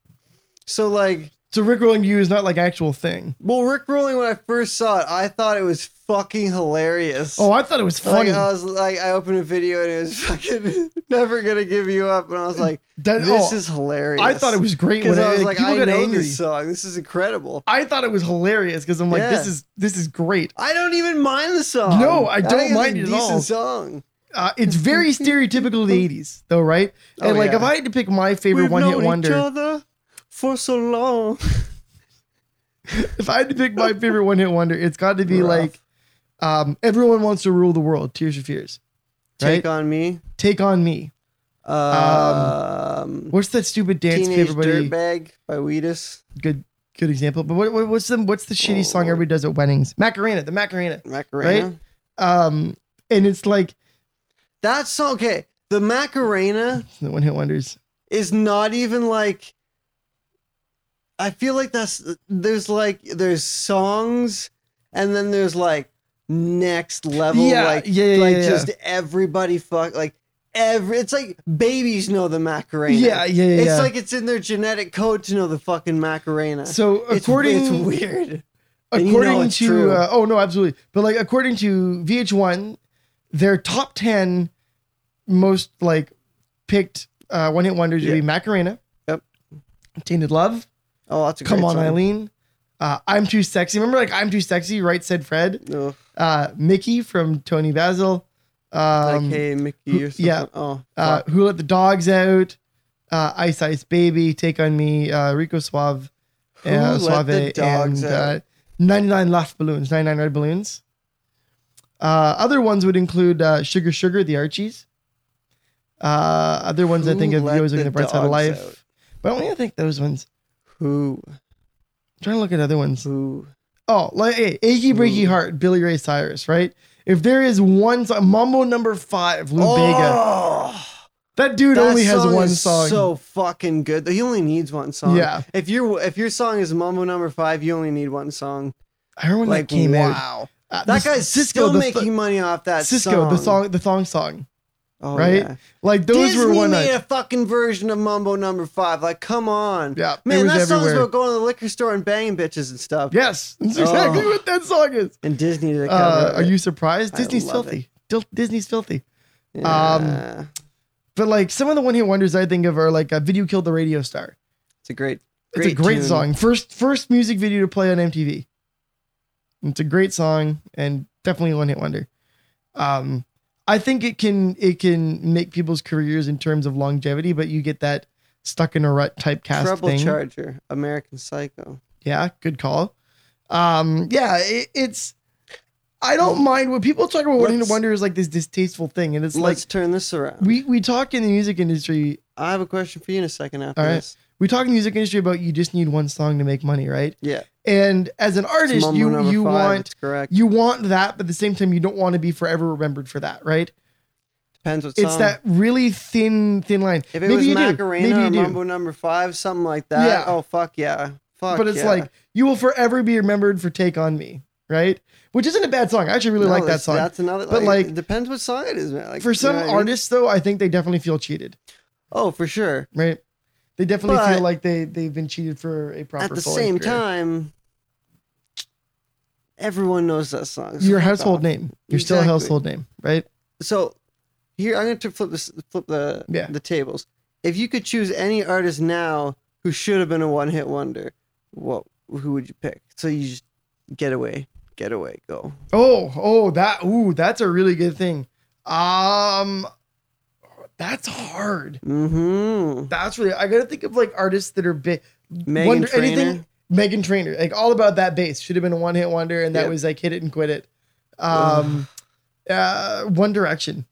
[SPEAKER 2] So like
[SPEAKER 1] so rick rolling to you is not like actual thing
[SPEAKER 2] Well, Rick Rolling, when I first saw it, I thought it was fucking hilarious.
[SPEAKER 1] oh i thought it was
[SPEAKER 2] like, uh,
[SPEAKER 1] funny
[SPEAKER 2] I was like, I opened a video and it was (laughs) fucking never gonna give you up, and I was like,
[SPEAKER 1] That-
[SPEAKER 2] this
[SPEAKER 1] oh,
[SPEAKER 2] is hilarious.
[SPEAKER 1] i thought it was great
[SPEAKER 2] because
[SPEAKER 1] when
[SPEAKER 2] I
[SPEAKER 1] it-
[SPEAKER 2] was like,
[SPEAKER 1] people
[SPEAKER 2] I
[SPEAKER 1] got
[SPEAKER 2] know
[SPEAKER 1] angry.
[SPEAKER 2] this song. This is incredible.
[SPEAKER 1] I thought it was hilarious because I'm like, this
[SPEAKER 2] Yeah.
[SPEAKER 1] is this is great.
[SPEAKER 2] I don't even mind the song.
[SPEAKER 1] No, I don't
[SPEAKER 2] think it's
[SPEAKER 1] mind
[SPEAKER 2] a
[SPEAKER 1] it at
[SPEAKER 2] decent
[SPEAKER 1] all.
[SPEAKER 2] Song.
[SPEAKER 1] Uh, it's
[SPEAKER 2] (laughs)
[SPEAKER 1] very stereotypical of the '80s, though, right? And
[SPEAKER 2] Oh,
[SPEAKER 1] like,
[SPEAKER 2] yeah.
[SPEAKER 1] if I had to pick my favorite
[SPEAKER 2] We've
[SPEAKER 1] one-hit
[SPEAKER 2] known each
[SPEAKER 1] wonder,
[SPEAKER 2] other for so long.
[SPEAKER 1] if I had to pick my
[SPEAKER 2] (laughs)
[SPEAKER 1] favorite one-hit wonder, it's got to be
[SPEAKER 2] Rough.
[SPEAKER 1] like, um, "Everyone Wants to Rule the World." Tears for Fears,
[SPEAKER 2] Take
[SPEAKER 1] right?
[SPEAKER 2] on me.
[SPEAKER 1] Take on me.
[SPEAKER 2] Um,
[SPEAKER 1] What's that stupid dance to
[SPEAKER 2] Teenage
[SPEAKER 1] everybody?
[SPEAKER 2] Dirtbag by Wheatus.
[SPEAKER 1] Good, good example. But what, what- what's the what's the shitty song
[SPEAKER 2] Oh.
[SPEAKER 1] everybody does at weddings? Macarena, the Macarena.
[SPEAKER 2] Macarena.
[SPEAKER 1] Right? Um, and it's like
[SPEAKER 2] That song. Okay, the Macarena.
[SPEAKER 1] the one-hit wonders.
[SPEAKER 2] is not even like I feel like that's there's like there's songs and then there's like next level
[SPEAKER 1] Yeah,
[SPEAKER 2] like
[SPEAKER 1] yeah, yeah,
[SPEAKER 2] like
[SPEAKER 1] yeah, yeah.
[SPEAKER 2] just everybody fuck like every it's like babies know the Macarena.
[SPEAKER 1] Yeah, yeah, yeah.
[SPEAKER 2] It's
[SPEAKER 1] yeah.
[SPEAKER 2] like it's in their genetic code to know the fucking Macarena.
[SPEAKER 1] so
[SPEAKER 2] It's-
[SPEAKER 1] according
[SPEAKER 2] it's, weird. and you know
[SPEAKER 1] according
[SPEAKER 2] it's
[SPEAKER 1] to
[SPEAKER 2] true.
[SPEAKER 1] uh, oh no absolutely but like according to vh1 their top 10 most like picked uh, one hit wonders would be macarena
[SPEAKER 2] Yep.
[SPEAKER 1] tainted love
[SPEAKER 2] Oh, that's a
[SPEAKER 1] come
[SPEAKER 2] great
[SPEAKER 1] on
[SPEAKER 2] song.
[SPEAKER 1] eileen uh, i'm too sexy remember like i'm too sexy right said fred
[SPEAKER 2] No,
[SPEAKER 1] uh, mickey from tony basil um,
[SPEAKER 2] like hey Mickey
[SPEAKER 1] who-
[SPEAKER 2] or something.
[SPEAKER 1] yeah.
[SPEAKER 2] Oh,
[SPEAKER 1] uh,
[SPEAKER 2] fuck.
[SPEAKER 1] who let the dogs out uh, ice ice baby take on me uh, rico suave uh,
[SPEAKER 2] Who let
[SPEAKER 1] Suave
[SPEAKER 2] the dogs
[SPEAKER 1] and
[SPEAKER 2] out?
[SPEAKER 1] uh, 99 Laugh Balloons, 99 Red Balloons. Uh, other ones would include uh, Sugar Sugar, the Archies. Uh, other ones I
[SPEAKER 2] Who
[SPEAKER 1] think of
[SPEAKER 2] let
[SPEAKER 1] Yo's in
[SPEAKER 2] the
[SPEAKER 1] the Bright Side of
[SPEAKER 2] dogs
[SPEAKER 1] Life.
[SPEAKER 2] out?
[SPEAKER 1] But I only think those ones.
[SPEAKER 2] Who?
[SPEAKER 1] I'm trying to look at other ones.
[SPEAKER 2] Who?
[SPEAKER 1] Oh, like hey, Achy Breaky
[SPEAKER 2] Ooh.
[SPEAKER 1] Heart, Billy Ray Cyrus, right? If there is one song, Mambo number five, Lou Bega.
[SPEAKER 2] Oh,
[SPEAKER 1] That dude
[SPEAKER 2] that
[SPEAKER 1] only has
[SPEAKER 2] song
[SPEAKER 1] one
[SPEAKER 2] is
[SPEAKER 1] song.
[SPEAKER 2] So fucking good. He only needs one song.
[SPEAKER 1] Yeah.
[SPEAKER 2] If your if your song is Mambo Number Five, you only need one song.
[SPEAKER 1] I remember when
[SPEAKER 2] like
[SPEAKER 1] that came out.
[SPEAKER 2] wow,
[SPEAKER 1] Uh,
[SPEAKER 2] that
[SPEAKER 1] the-
[SPEAKER 2] guy's
[SPEAKER 1] Cisco,
[SPEAKER 2] still
[SPEAKER 1] the th-
[SPEAKER 2] making money off that
[SPEAKER 1] Cisco,
[SPEAKER 2] song.
[SPEAKER 1] the song, the thong song.
[SPEAKER 2] oh,
[SPEAKER 1] right?
[SPEAKER 2] yeah.
[SPEAKER 1] Like those
[SPEAKER 2] Disney
[SPEAKER 1] were one night.
[SPEAKER 2] made a fucking version of Mambo Number Five. Like, come on,
[SPEAKER 1] Yeah, it
[SPEAKER 2] man,
[SPEAKER 1] was
[SPEAKER 2] that song's
[SPEAKER 1] everywhere.
[SPEAKER 2] about going to the liquor store and banging bitches and stuff.
[SPEAKER 1] Yes, that's exactly
[SPEAKER 2] Oh.
[SPEAKER 1] what that song is.
[SPEAKER 2] And Disney did a cover.
[SPEAKER 1] Uh,
[SPEAKER 2] of
[SPEAKER 1] are
[SPEAKER 2] it.
[SPEAKER 1] you surprised?
[SPEAKER 2] I
[SPEAKER 1] Disney's
[SPEAKER 2] love
[SPEAKER 1] filthy. Dil- Disney's filthy. um,
[SPEAKER 2] Yeah.
[SPEAKER 1] But like some of the one hit wonders I think of are like a video killed the radio star.
[SPEAKER 2] it's a great,
[SPEAKER 1] It's a great
[SPEAKER 2] tune.
[SPEAKER 1] song. First first music video to play on MTV. It's a great song and definitely a one hit wonder. Um, I think it can it can make people's careers in terms of longevity, but you get that stuck in a rut type cast
[SPEAKER 2] Trouble
[SPEAKER 1] thing.
[SPEAKER 2] Charger, American Psycho.
[SPEAKER 1] Yeah, good call. Um, yeah, it, it's. I don't mind when people talk about wanting to
[SPEAKER 2] Let's-
[SPEAKER 1] wonder is like this distasteful thing, and it's like
[SPEAKER 2] Let's turn this around.
[SPEAKER 1] we we talk in the music industry.
[SPEAKER 2] I have a question for you in a second after
[SPEAKER 1] All right.
[SPEAKER 2] this.
[SPEAKER 1] We talk in the music industry about you just need one song to make money, right?
[SPEAKER 2] Yeah.
[SPEAKER 1] And as an
[SPEAKER 2] It's
[SPEAKER 1] artist,
[SPEAKER 2] Mambo
[SPEAKER 1] you
[SPEAKER 2] number
[SPEAKER 1] you
[SPEAKER 2] five,
[SPEAKER 1] want
[SPEAKER 2] it's correct.
[SPEAKER 1] you want that, but at the same time, you don't want to be forever remembered for that, right?
[SPEAKER 2] Depends what
[SPEAKER 1] It's
[SPEAKER 2] song.
[SPEAKER 1] that really thin thin line.
[SPEAKER 2] if it
[SPEAKER 1] Maybe
[SPEAKER 2] was
[SPEAKER 1] you do.
[SPEAKER 2] Macarena
[SPEAKER 1] Maybe you
[SPEAKER 2] or
[SPEAKER 1] do.
[SPEAKER 2] Mambo number five, something like that.
[SPEAKER 1] Yeah.
[SPEAKER 2] Oh fuck yeah. Fuck
[SPEAKER 1] but it's
[SPEAKER 2] yeah.
[SPEAKER 1] like you will forever be remembered for "Take on Me," right? Which isn't a bad song. I actually really
[SPEAKER 2] No,
[SPEAKER 1] like that
[SPEAKER 2] that's-
[SPEAKER 1] song.
[SPEAKER 2] That's another
[SPEAKER 1] But,
[SPEAKER 2] like,
[SPEAKER 1] like,
[SPEAKER 2] it depends what song it is, man. Like
[SPEAKER 1] for
[SPEAKER 2] you
[SPEAKER 1] some
[SPEAKER 2] know what I mean?
[SPEAKER 1] artists though i think they definitely feel cheated
[SPEAKER 2] Oh, for sure.
[SPEAKER 1] right they definitely
[SPEAKER 2] But-
[SPEAKER 1] feel like they they've been cheated for a proper
[SPEAKER 2] At the
[SPEAKER 1] full
[SPEAKER 2] same
[SPEAKER 1] career.
[SPEAKER 2] time, everyone knows that song. so
[SPEAKER 1] your
[SPEAKER 2] fuck
[SPEAKER 1] household
[SPEAKER 2] off.
[SPEAKER 1] name you're still a
[SPEAKER 2] Exactly.
[SPEAKER 1] household name right
[SPEAKER 2] So here I'm going to flip this flip the
[SPEAKER 1] Yeah.
[SPEAKER 2] the tables. If you could choose any artist now who should have been a one-hit wonder, what who would you pick? So you just get away, get away, go.
[SPEAKER 1] oh oh that ooh that's a really good thing um that's hard
[SPEAKER 2] Mhm.
[SPEAKER 1] that's really i gotta think of like artists that are big
[SPEAKER 2] Megan Trainor.
[SPEAKER 1] megan trainer like all about that bass should have been a one-hit wonder and that
[SPEAKER 2] Yep.
[SPEAKER 1] was like hit it and quit it um uh one direction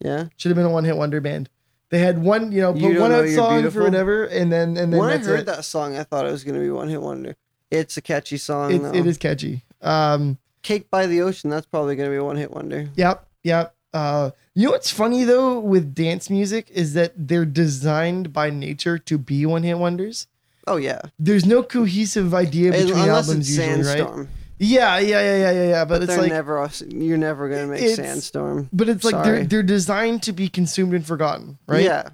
[SPEAKER 2] Yeah.
[SPEAKER 1] Should have been a one hit wonder band. They had one, you know,
[SPEAKER 2] You
[SPEAKER 1] put
[SPEAKER 2] Don't
[SPEAKER 1] one
[SPEAKER 2] Know
[SPEAKER 1] out
[SPEAKER 2] You're
[SPEAKER 1] song for
[SPEAKER 2] Beautiful?
[SPEAKER 1] whatever, and then and then
[SPEAKER 2] When I
[SPEAKER 1] that's
[SPEAKER 2] heard
[SPEAKER 1] it.
[SPEAKER 2] that song, I thought it was going to be one-hit wonder. It's a catchy song.
[SPEAKER 1] It's,
[SPEAKER 2] though.
[SPEAKER 1] it is catchy. Um,
[SPEAKER 2] Cake by the Ocean, that's probably going to be a one-hit wonder.
[SPEAKER 1] yep, yep. Uh, you know what's funny though with dance music is that they're designed by nature to be one hit wonders.
[SPEAKER 2] Oh yeah.
[SPEAKER 1] There's no cohesive idea
[SPEAKER 2] Un-
[SPEAKER 1] between
[SPEAKER 2] Unless
[SPEAKER 1] albums
[SPEAKER 2] it's
[SPEAKER 1] usually, right?
[SPEAKER 2] Sandstorm.
[SPEAKER 1] Yeah, yeah, yeah, yeah, yeah, yeah. But,
[SPEAKER 2] They're
[SPEAKER 1] it's like,
[SPEAKER 2] never off- you're never going to make
[SPEAKER 1] It's-
[SPEAKER 2] Sandstorm.
[SPEAKER 1] but it's like
[SPEAKER 2] Sorry.
[SPEAKER 1] they're they're designed to be consumed and forgotten, right?
[SPEAKER 2] Yeah.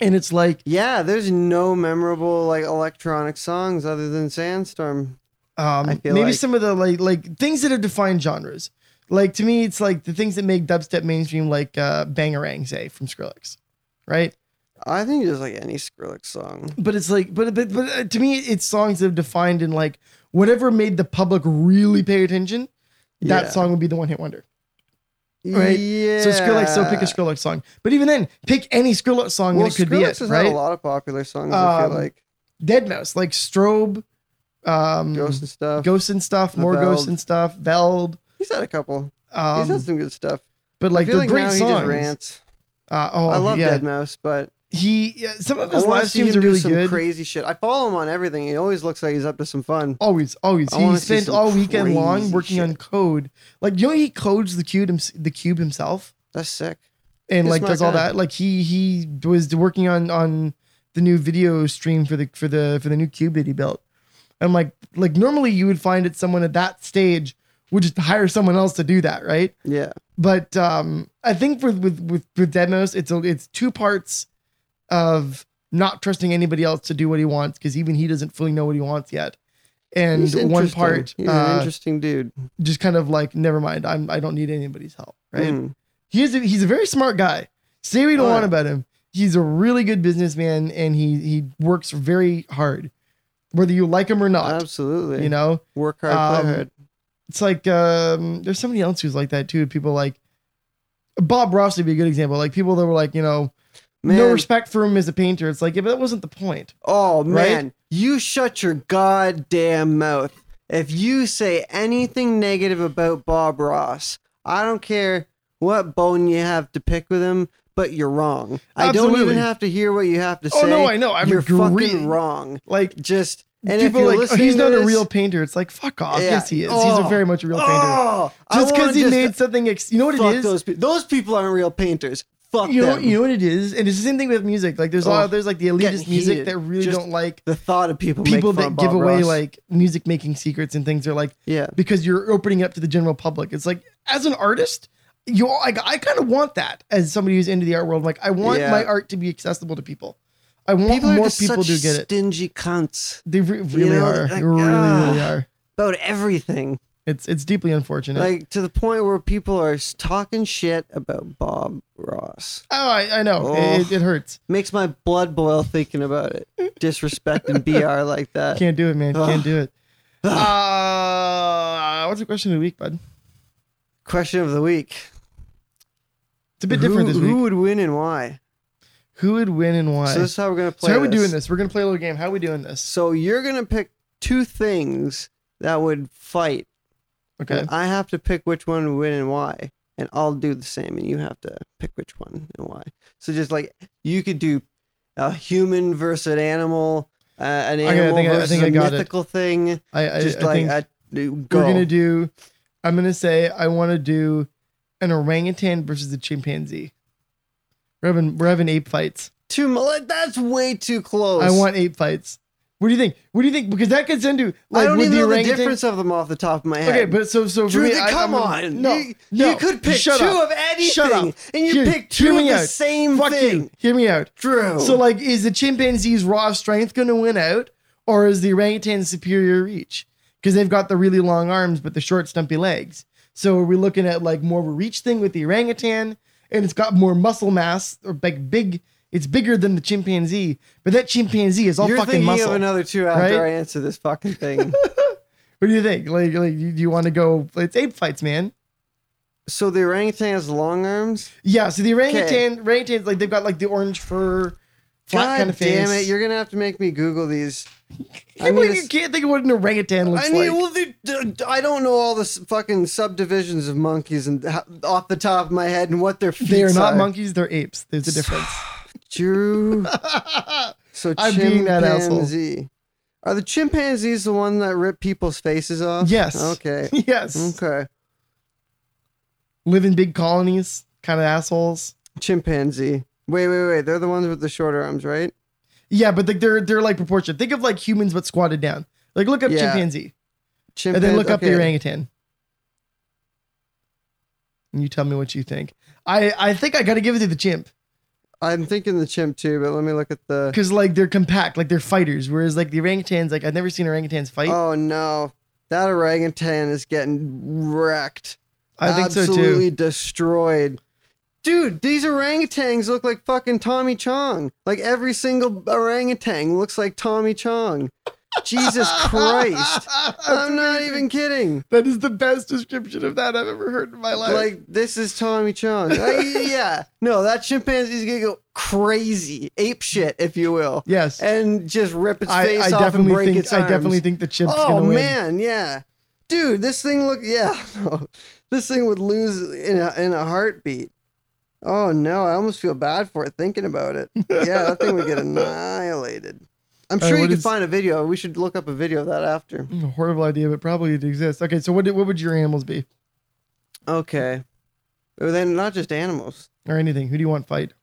[SPEAKER 1] And it's like,
[SPEAKER 2] Yeah, there's no memorable like electronic songs other than Sandstorm.
[SPEAKER 1] um,
[SPEAKER 2] I feel
[SPEAKER 1] maybe
[SPEAKER 2] like-
[SPEAKER 1] some of the like like things that have defined genres. Like to me, it's like the things that make dubstep mainstream, like uh, Bangarang, say from Skrillex, right?
[SPEAKER 2] I think just like any Skrillex song.
[SPEAKER 1] But it's like, but but, but uh, to me, it's songs that have defined in like whatever made the public really pay attention. That
[SPEAKER 2] Yeah.
[SPEAKER 1] song would be the one hit wonder. Right?
[SPEAKER 2] Yeah.
[SPEAKER 1] So Skrillex, so pick a Skrillex song. But even then, pick any Skrillex song
[SPEAKER 2] Well,
[SPEAKER 1] and it could
[SPEAKER 2] Skrillex
[SPEAKER 1] be it,
[SPEAKER 2] has had a
[SPEAKER 1] right?
[SPEAKER 2] lot of popular songs. I
[SPEAKER 1] Um,
[SPEAKER 2] feel like
[SPEAKER 1] Dead Mouse, like Strobe, um, Ghost,
[SPEAKER 2] Ghost and stuff.
[SPEAKER 1] and stuff, more
[SPEAKER 2] Veld.
[SPEAKER 1] Ghost and stuff, Veld.
[SPEAKER 2] He's had a couple.
[SPEAKER 1] Um,
[SPEAKER 2] He's had some good stuff.
[SPEAKER 1] but
[SPEAKER 2] I
[SPEAKER 1] like
[SPEAKER 2] feel
[SPEAKER 1] they're
[SPEAKER 2] like
[SPEAKER 1] great
[SPEAKER 2] now he just
[SPEAKER 1] songs.
[SPEAKER 2] rants.
[SPEAKER 1] Uh, oh,
[SPEAKER 2] I love
[SPEAKER 1] yeah.
[SPEAKER 2] Dead Mouse, but
[SPEAKER 1] He yeah, some of
[SPEAKER 2] I
[SPEAKER 1] his
[SPEAKER 2] want
[SPEAKER 1] live
[SPEAKER 2] to see him
[SPEAKER 1] streams are
[SPEAKER 2] do
[SPEAKER 1] really
[SPEAKER 2] some
[SPEAKER 1] good.
[SPEAKER 2] crazy shit. I follow him on everything. He always looks like he's up to some fun.
[SPEAKER 1] always, always.
[SPEAKER 2] I
[SPEAKER 1] He
[SPEAKER 2] wanna see
[SPEAKER 1] spent
[SPEAKER 2] some
[SPEAKER 1] all weekend long
[SPEAKER 2] crazy
[SPEAKER 1] working on
[SPEAKER 2] shit.
[SPEAKER 1] code. Like you know, he codes the cube, hims- the cube himself,
[SPEAKER 2] That's sick.
[SPEAKER 1] and
[SPEAKER 2] He's
[SPEAKER 1] like
[SPEAKER 2] my
[SPEAKER 1] does all
[SPEAKER 2] guy.
[SPEAKER 1] that. Like he he was working on on the new video stream for the for the for the new cube that he built. And I'm like, like normally you would find it someone at that stage would just hire someone else to do that, right?
[SPEAKER 2] Yeah.
[SPEAKER 1] but um i think for with with with demos it's a, it's two parts of not trusting anybody else to do what he wants because even he doesn't fully know what he wants yet and
[SPEAKER 2] He's
[SPEAKER 1] one
[SPEAKER 2] interesting.
[SPEAKER 1] part
[SPEAKER 2] He's an
[SPEAKER 1] uh,
[SPEAKER 2] interesting dude.
[SPEAKER 1] just kind of like never mind i'm i don't need anybody's help right
[SPEAKER 2] Mm.
[SPEAKER 1] he is a, he's a very smart guy say what you don't
[SPEAKER 2] Oh,
[SPEAKER 1] want
[SPEAKER 2] yeah.
[SPEAKER 1] about him he's a really good businessman and he he works very hard whether you like him or not
[SPEAKER 2] Absolutely.
[SPEAKER 1] you know
[SPEAKER 2] work hard, play
[SPEAKER 1] Um,
[SPEAKER 2] hard.
[SPEAKER 1] it's like um, there's somebody else who's like that too. People like Bob Ross would be a good example. Like people that were like, you know,
[SPEAKER 2] Man,
[SPEAKER 1] no respect for him as a painter. It's like, yeah, but that wasn't the point.
[SPEAKER 2] oh
[SPEAKER 1] right?
[SPEAKER 2] man, you shut your goddamn mouth. If you say anything negative about Bob Ross, I don't care what bone you have to pick with him, but you're wrong. I don't
[SPEAKER 1] Absolutely.
[SPEAKER 2] even have to hear what you have to
[SPEAKER 1] Oh
[SPEAKER 2] say.
[SPEAKER 1] no, I know. I'm
[SPEAKER 2] you're
[SPEAKER 1] agreeing.
[SPEAKER 2] fucking wrong.
[SPEAKER 1] Like
[SPEAKER 2] Just and
[SPEAKER 1] people
[SPEAKER 2] if
[SPEAKER 1] are
[SPEAKER 2] you're
[SPEAKER 1] like, oh,
[SPEAKER 2] listening
[SPEAKER 1] he's
[SPEAKER 2] to
[SPEAKER 1] not a
[SPEAKER 2] this-
[SPEAKER 1] real painter. It's like fuck off.
[SPEAKER 2] Yeah.
[SPEAKER 1] Yes, he is. he's a
[SPEAKER 2] Oh.
[SPEAKER 1] very much a real painter.
[SPEAKER 2] Oh, I
[SPEAKER 1] Just
[SPEAKER 2] wanna
[SPEAKER 1] because he
[SPEAKER 2] just
[SPEAKER 1] made something, ex- you know what
[SPEAKER 2] fuck
[SPEAKER 1] it is.
[SPEAKER 2] Those, pe- those people aren't real painters. Fuck
[SPEAKER 1] you know,
[SPEAKER 2] them.
[SPEAKER 1] you know what it is, and it's the same thing with music. Like there's a
[SPEAKER 2] Oh,
[SPEAKER 1] lot, there's like the elitist
[SPEAKER 2] getting
[SPEAKER 1] music
[SPEAKER 2] heated.
[SPEAKER 1] that really
[SPEAKER 2] Just
[SPEAKER 1] don't like
[SPEAKER 2] the thought of people make
[SPEAKER 1] people
[SPEAKER 2] fun
[SPEAKER 1] that
[SPEAKER 2] of
[SPEAKER 1] give
[SPEAKER 2] Bob
[SPEAKER 1] away
[SPEAKER 2] Ross.
[SPEAKER 1] like music making secrets and things. They're like,
[SPEAKER 2] yeah
[SPEAKER 1] because you're opening it up to the general public. It's like as an artist, you I, I kind of want that as somebody who's into the art world. Like I want
[SPEAKER 2] Yeah.
[SPEAKER 1] my art to be accessible to people. I want
[SPEAKER 2] people are
[SPEAKER 1] more
[SPEAKER 2] just
[SPEAKER 1] people
[SPEAKER 2] such
[SPEAKER 1] to get it.
[SPEAKER 2] stingy cunts
[SPEAKER 1] They re- really
[SPEAKER 2] know,
[SPEAKER 1] are.
[SPEAKER 2] like,
[SPEAKER 1] They really, really
[SPEAKER 2] ah.
[SPEAKER 1] are.
[SPEAKER 2] about everything
[SPEAKER 1] It's it's deeply unfortunate.
[SPEAKER 2] like to the point where people are s- talking shit about Bob Ross
[SPEAKER 1] oh, I, I know
[SPEAKER 2] Oh.
[SPEAKER 1] it, it hurts.
[SPEAKER 2] makes my blood boil thinking about it
[SPEAKER 1] (laughs)
[SPEAKER 2] disrespecting BR like that
[SPEAKER 1] Can't do it, man. Can't
[SPEAKER 2] Ugh.
[SPEAKER 1] do it.
[SPEAKER 2] Ah.
[SPEAKER 1] Uh, what's the question of the week, bud?
[SPEAKER 2] question of the week
[SPEAKER 1] It's a bit different
[SPEAKER 2] who,
[SPEAKER 1] this
[SPEAKER 2] who
[SPEAKER 1] week.
[SPEAKER 2] would win and why
[SPEAKER 1] Who would win and why?
[SPEAKER 2] so this is how we're gonna
[SPEAKER 1] So
[SPEAKER 2] play
[SPEAKER 1] how are we doing this? We're gonna play a little game. How are we doing this?
[SPEAKER 2] so you're gonna pick two things that would fight
[SPEAKER 1] Okay.
[SPEAKER 2] And I have to pick which one to win and why. And I'll do the same, and you have to pick which one and why. So just like you could do a human versus an animal, uh, an
[SPEAKER 1] I
[SPEAKER 2] animal
[SPEAKER 1] think I- I
[SPEAKER 2] versus
[SPEAKER 1] think I
[SPEAKER 2] a
[SPEAKER 1] got it.
[SPEAKER 2] mythical thing.
[SPEAKER 1] I, I
[SPEAKER 2] Just
[SPEAKER 1] I
[SPEAKER 2] like
[SPEAKER 1] think-
[SPEAKER 2] a, do-
[SPEAKER 1] We're
[SPEAKER 2] go.
[SPEAKER 1] gonna do. I'm gonna say I want to do an orangutan versus a chimpanzee. We're having we're having ape fights.
[SPEAKER 2] Too much. That's way too close.
[SPEAKER 1] I want ape fights. What do you think? What do you think? Because that gets into like
[SPEAKER 2] I don't
[SPEAKER 1] with
[SPEAKER 2] even
[SPEAKER 1] the
[SPEAKER 2] know
[SPEAKER 1] orangutan.
[SPEAKER 2] the difference of them off the top of my head.
[SPEAKER 1] Okay, but so so for
[SPEAKER 2] Drew,
[SPEAKER 1] me,
[SPEAKER 2] then
[SPEAKER 1] I,
[SPEAKER 2] come
[SPEAKER 1] I'm
[SPEAKER 2] on.
[SPEAKER 1] gonna- No,
[SPEAKER 2] you,
[SPEAKER 1] no,
[SPEAKER 2] you could pick two
[SPEAKER 1] shut up.
[SPEAKER 2] of anything,
[SPEAKER 1] Shut up.
[SPEAKER 2] and you
[SPEAKER 1] Here,
[SPEAKER 2] pick
[SPEAKER 1] hear
[SPEAKER 2] two of
[SPEAKER 1] me
[SPEAKER 2] the
[SPEAKER 1] out.
[SPEAKER 2] same
[SPEAKER 1] Fuck
[SPEAKER 2] thing.
[SPEAKER 1] you. Hear me out.
[SPEAKER 2] Drew.
[SPEAKER 1] So like, is the chimpanzee's raw strength gonna win out, or is the orangutan's superior reach? Because they've got the really long arms but the short stumpy legs. So are we looking at like more of a reach thing with the orangutan, and it's got more muscle mass or like big? It's bigger than the chimpanzee, but that chimpanzee is all
[SPEAKER 2] you're
[SPEAKER 1] fucking
[SPEAKER 2] thinking
[SPEAKER 1] muscle.
[SPEAKER 2] of another two after
[SPEAKER 1] right?
[SPEAKER 2] I answer this
[SPEAKER 1] (laughs)
[SPEAKER 2] fucking thing.
[SPEAKER 1] what do you think? Like, like you, you want to go? It's ape fights, man.
[SPEAKER 2] So the orangutan has long arms.
[SPEAKER 1] Yeah. So the orangutan, orangutans, like they've got like the orange fur, flat
[SPEAKER 2] God
[SPEAKER 1] kind of face.
[SPEAKER 2] damn it! You're gonna have to make me
[SPEAKER 1] (laughs)
[SPEAKER 2] Google these.
[SPEAKER 1] I
[SPEAKER 2] I
[SPEAKER 1] can't believe
[SPEAKER 2] need
[SPEAKER 1] you
[SPEAKER 2] to-
[SPEAKER 1] can't think of what an orangutan looks
[SPEAKER 2] I need.
[SPEAKER 1] like.
[SPEAKER 2] Well, they- d- d- I don't know all the s- fucking subdivisions of monkeys and ho- off the top of my head and what their feet
[SPEAKER 1] They are not
[SPEAKER 2] are.
[SPEAKER 1] monkeys, they're apes. There's a difference. (laughs)
[SPEAKER 2] Drew. So
[SPEAKER 1] I'm being that asshole.
[SPEAKER 2] chimpanzee. Are the chimpanzees the one that rip people's faces off?
[SPEAKER 1] yes.
[SPEAKER 2] (laughs) Okay.
[SPEAKER 1] (laughs) Yes.
[SPEAKER 2] Okay.
[SPEAKER 1] Live in big colonies, kind of assholes.
[SPEAKER 2] Chimpanzee. Wait, wait, wait. They're the ones with the shorter arms, right?
[SPEAKER 1] Yeah, but like they're they're like proportionate. Think of like humans but squatted down. Like look up
[SPEAKER 2] Yeah.
[SPEAKER 1] chimpanzee
[SPEAKER 2] Chimpanzee.
[SPEAKER 1] and then look up the
[SPEAKER 2] okay.
[SPEAKER 1] orangutan. And you tell me what you think. I I think I got to give it to the chimp
[SPEAKER 2] I'm thinking the chimp too, but let me look at the.
[SPEAKER 1] because like they're compact, like they're fighters. Whereas like the orangutans, like I've never seen orangutans fight.
[SPEAKER 2] Oh no, that orangutan is getting wrecked.
[SPEAKER 1] I think so too. (laughs)
[SPEAKER 2] Absolutely destroyed. Dude, these orangutans look like fucking Tommy Chong. Like every single orangutan looks like Tommy Chong. Jesus
[SPEAKER 1] (laughs)
[SPEAKER 2] Christ. I'm not even kidding.
[SPEAKER 1] That is the best description of that I've ever heard in my life.
[SPEAKER 2] Like this is Tommy
[SPEAKER 1] (laughs)
[SPEAKER 2] Chong. I- yeah. No, that chimpanzee's gonna go crazy, ape shit, if you will,
[SPEAKER 1] yes,
[SPEAKER 2] and just rip its
[SPEAKER 1] I,
[SPEAKER 2] face
[SPEAKER 1] I
[SPEAKER 2] off and
[SPEAKER 1] definitely
[SPEAKER 2] break
[SPEAKER 1] think
[SPEAKER 2] its arms.
[SPEAKER 1] I definitely think the chip's
[SPEAKER 2] Oh
[SPEAKER 1] gonna win.
[SPEAKER 2] man, yeah, dude, this thing look yeah, (laughs) no. this thing would lose in a in a heartbeat. Oh no, I almost feel bad for it thinking about it. Yeah, that thing
[SPEAKER 1] (laughs)
[SPEAKER 2] would get annihilated. I'm
[SPEAKER 1] Uh,
[SPEAKER 2] sure you
[SPEAKER 1] what
[SPEAKER 2] could
[SPEAKER 1] is-
[SPEAKER 2] find a video. We should look up a video of that after.
[SPEAKER 1] A Mm, horrible idea, but probably it exists. Okay, so what did, what would your animals be
[SPEAKER 2] Okay, Well, then not just animals. (laughs)
[SPEAKER 1] or anything? Who do you want fight?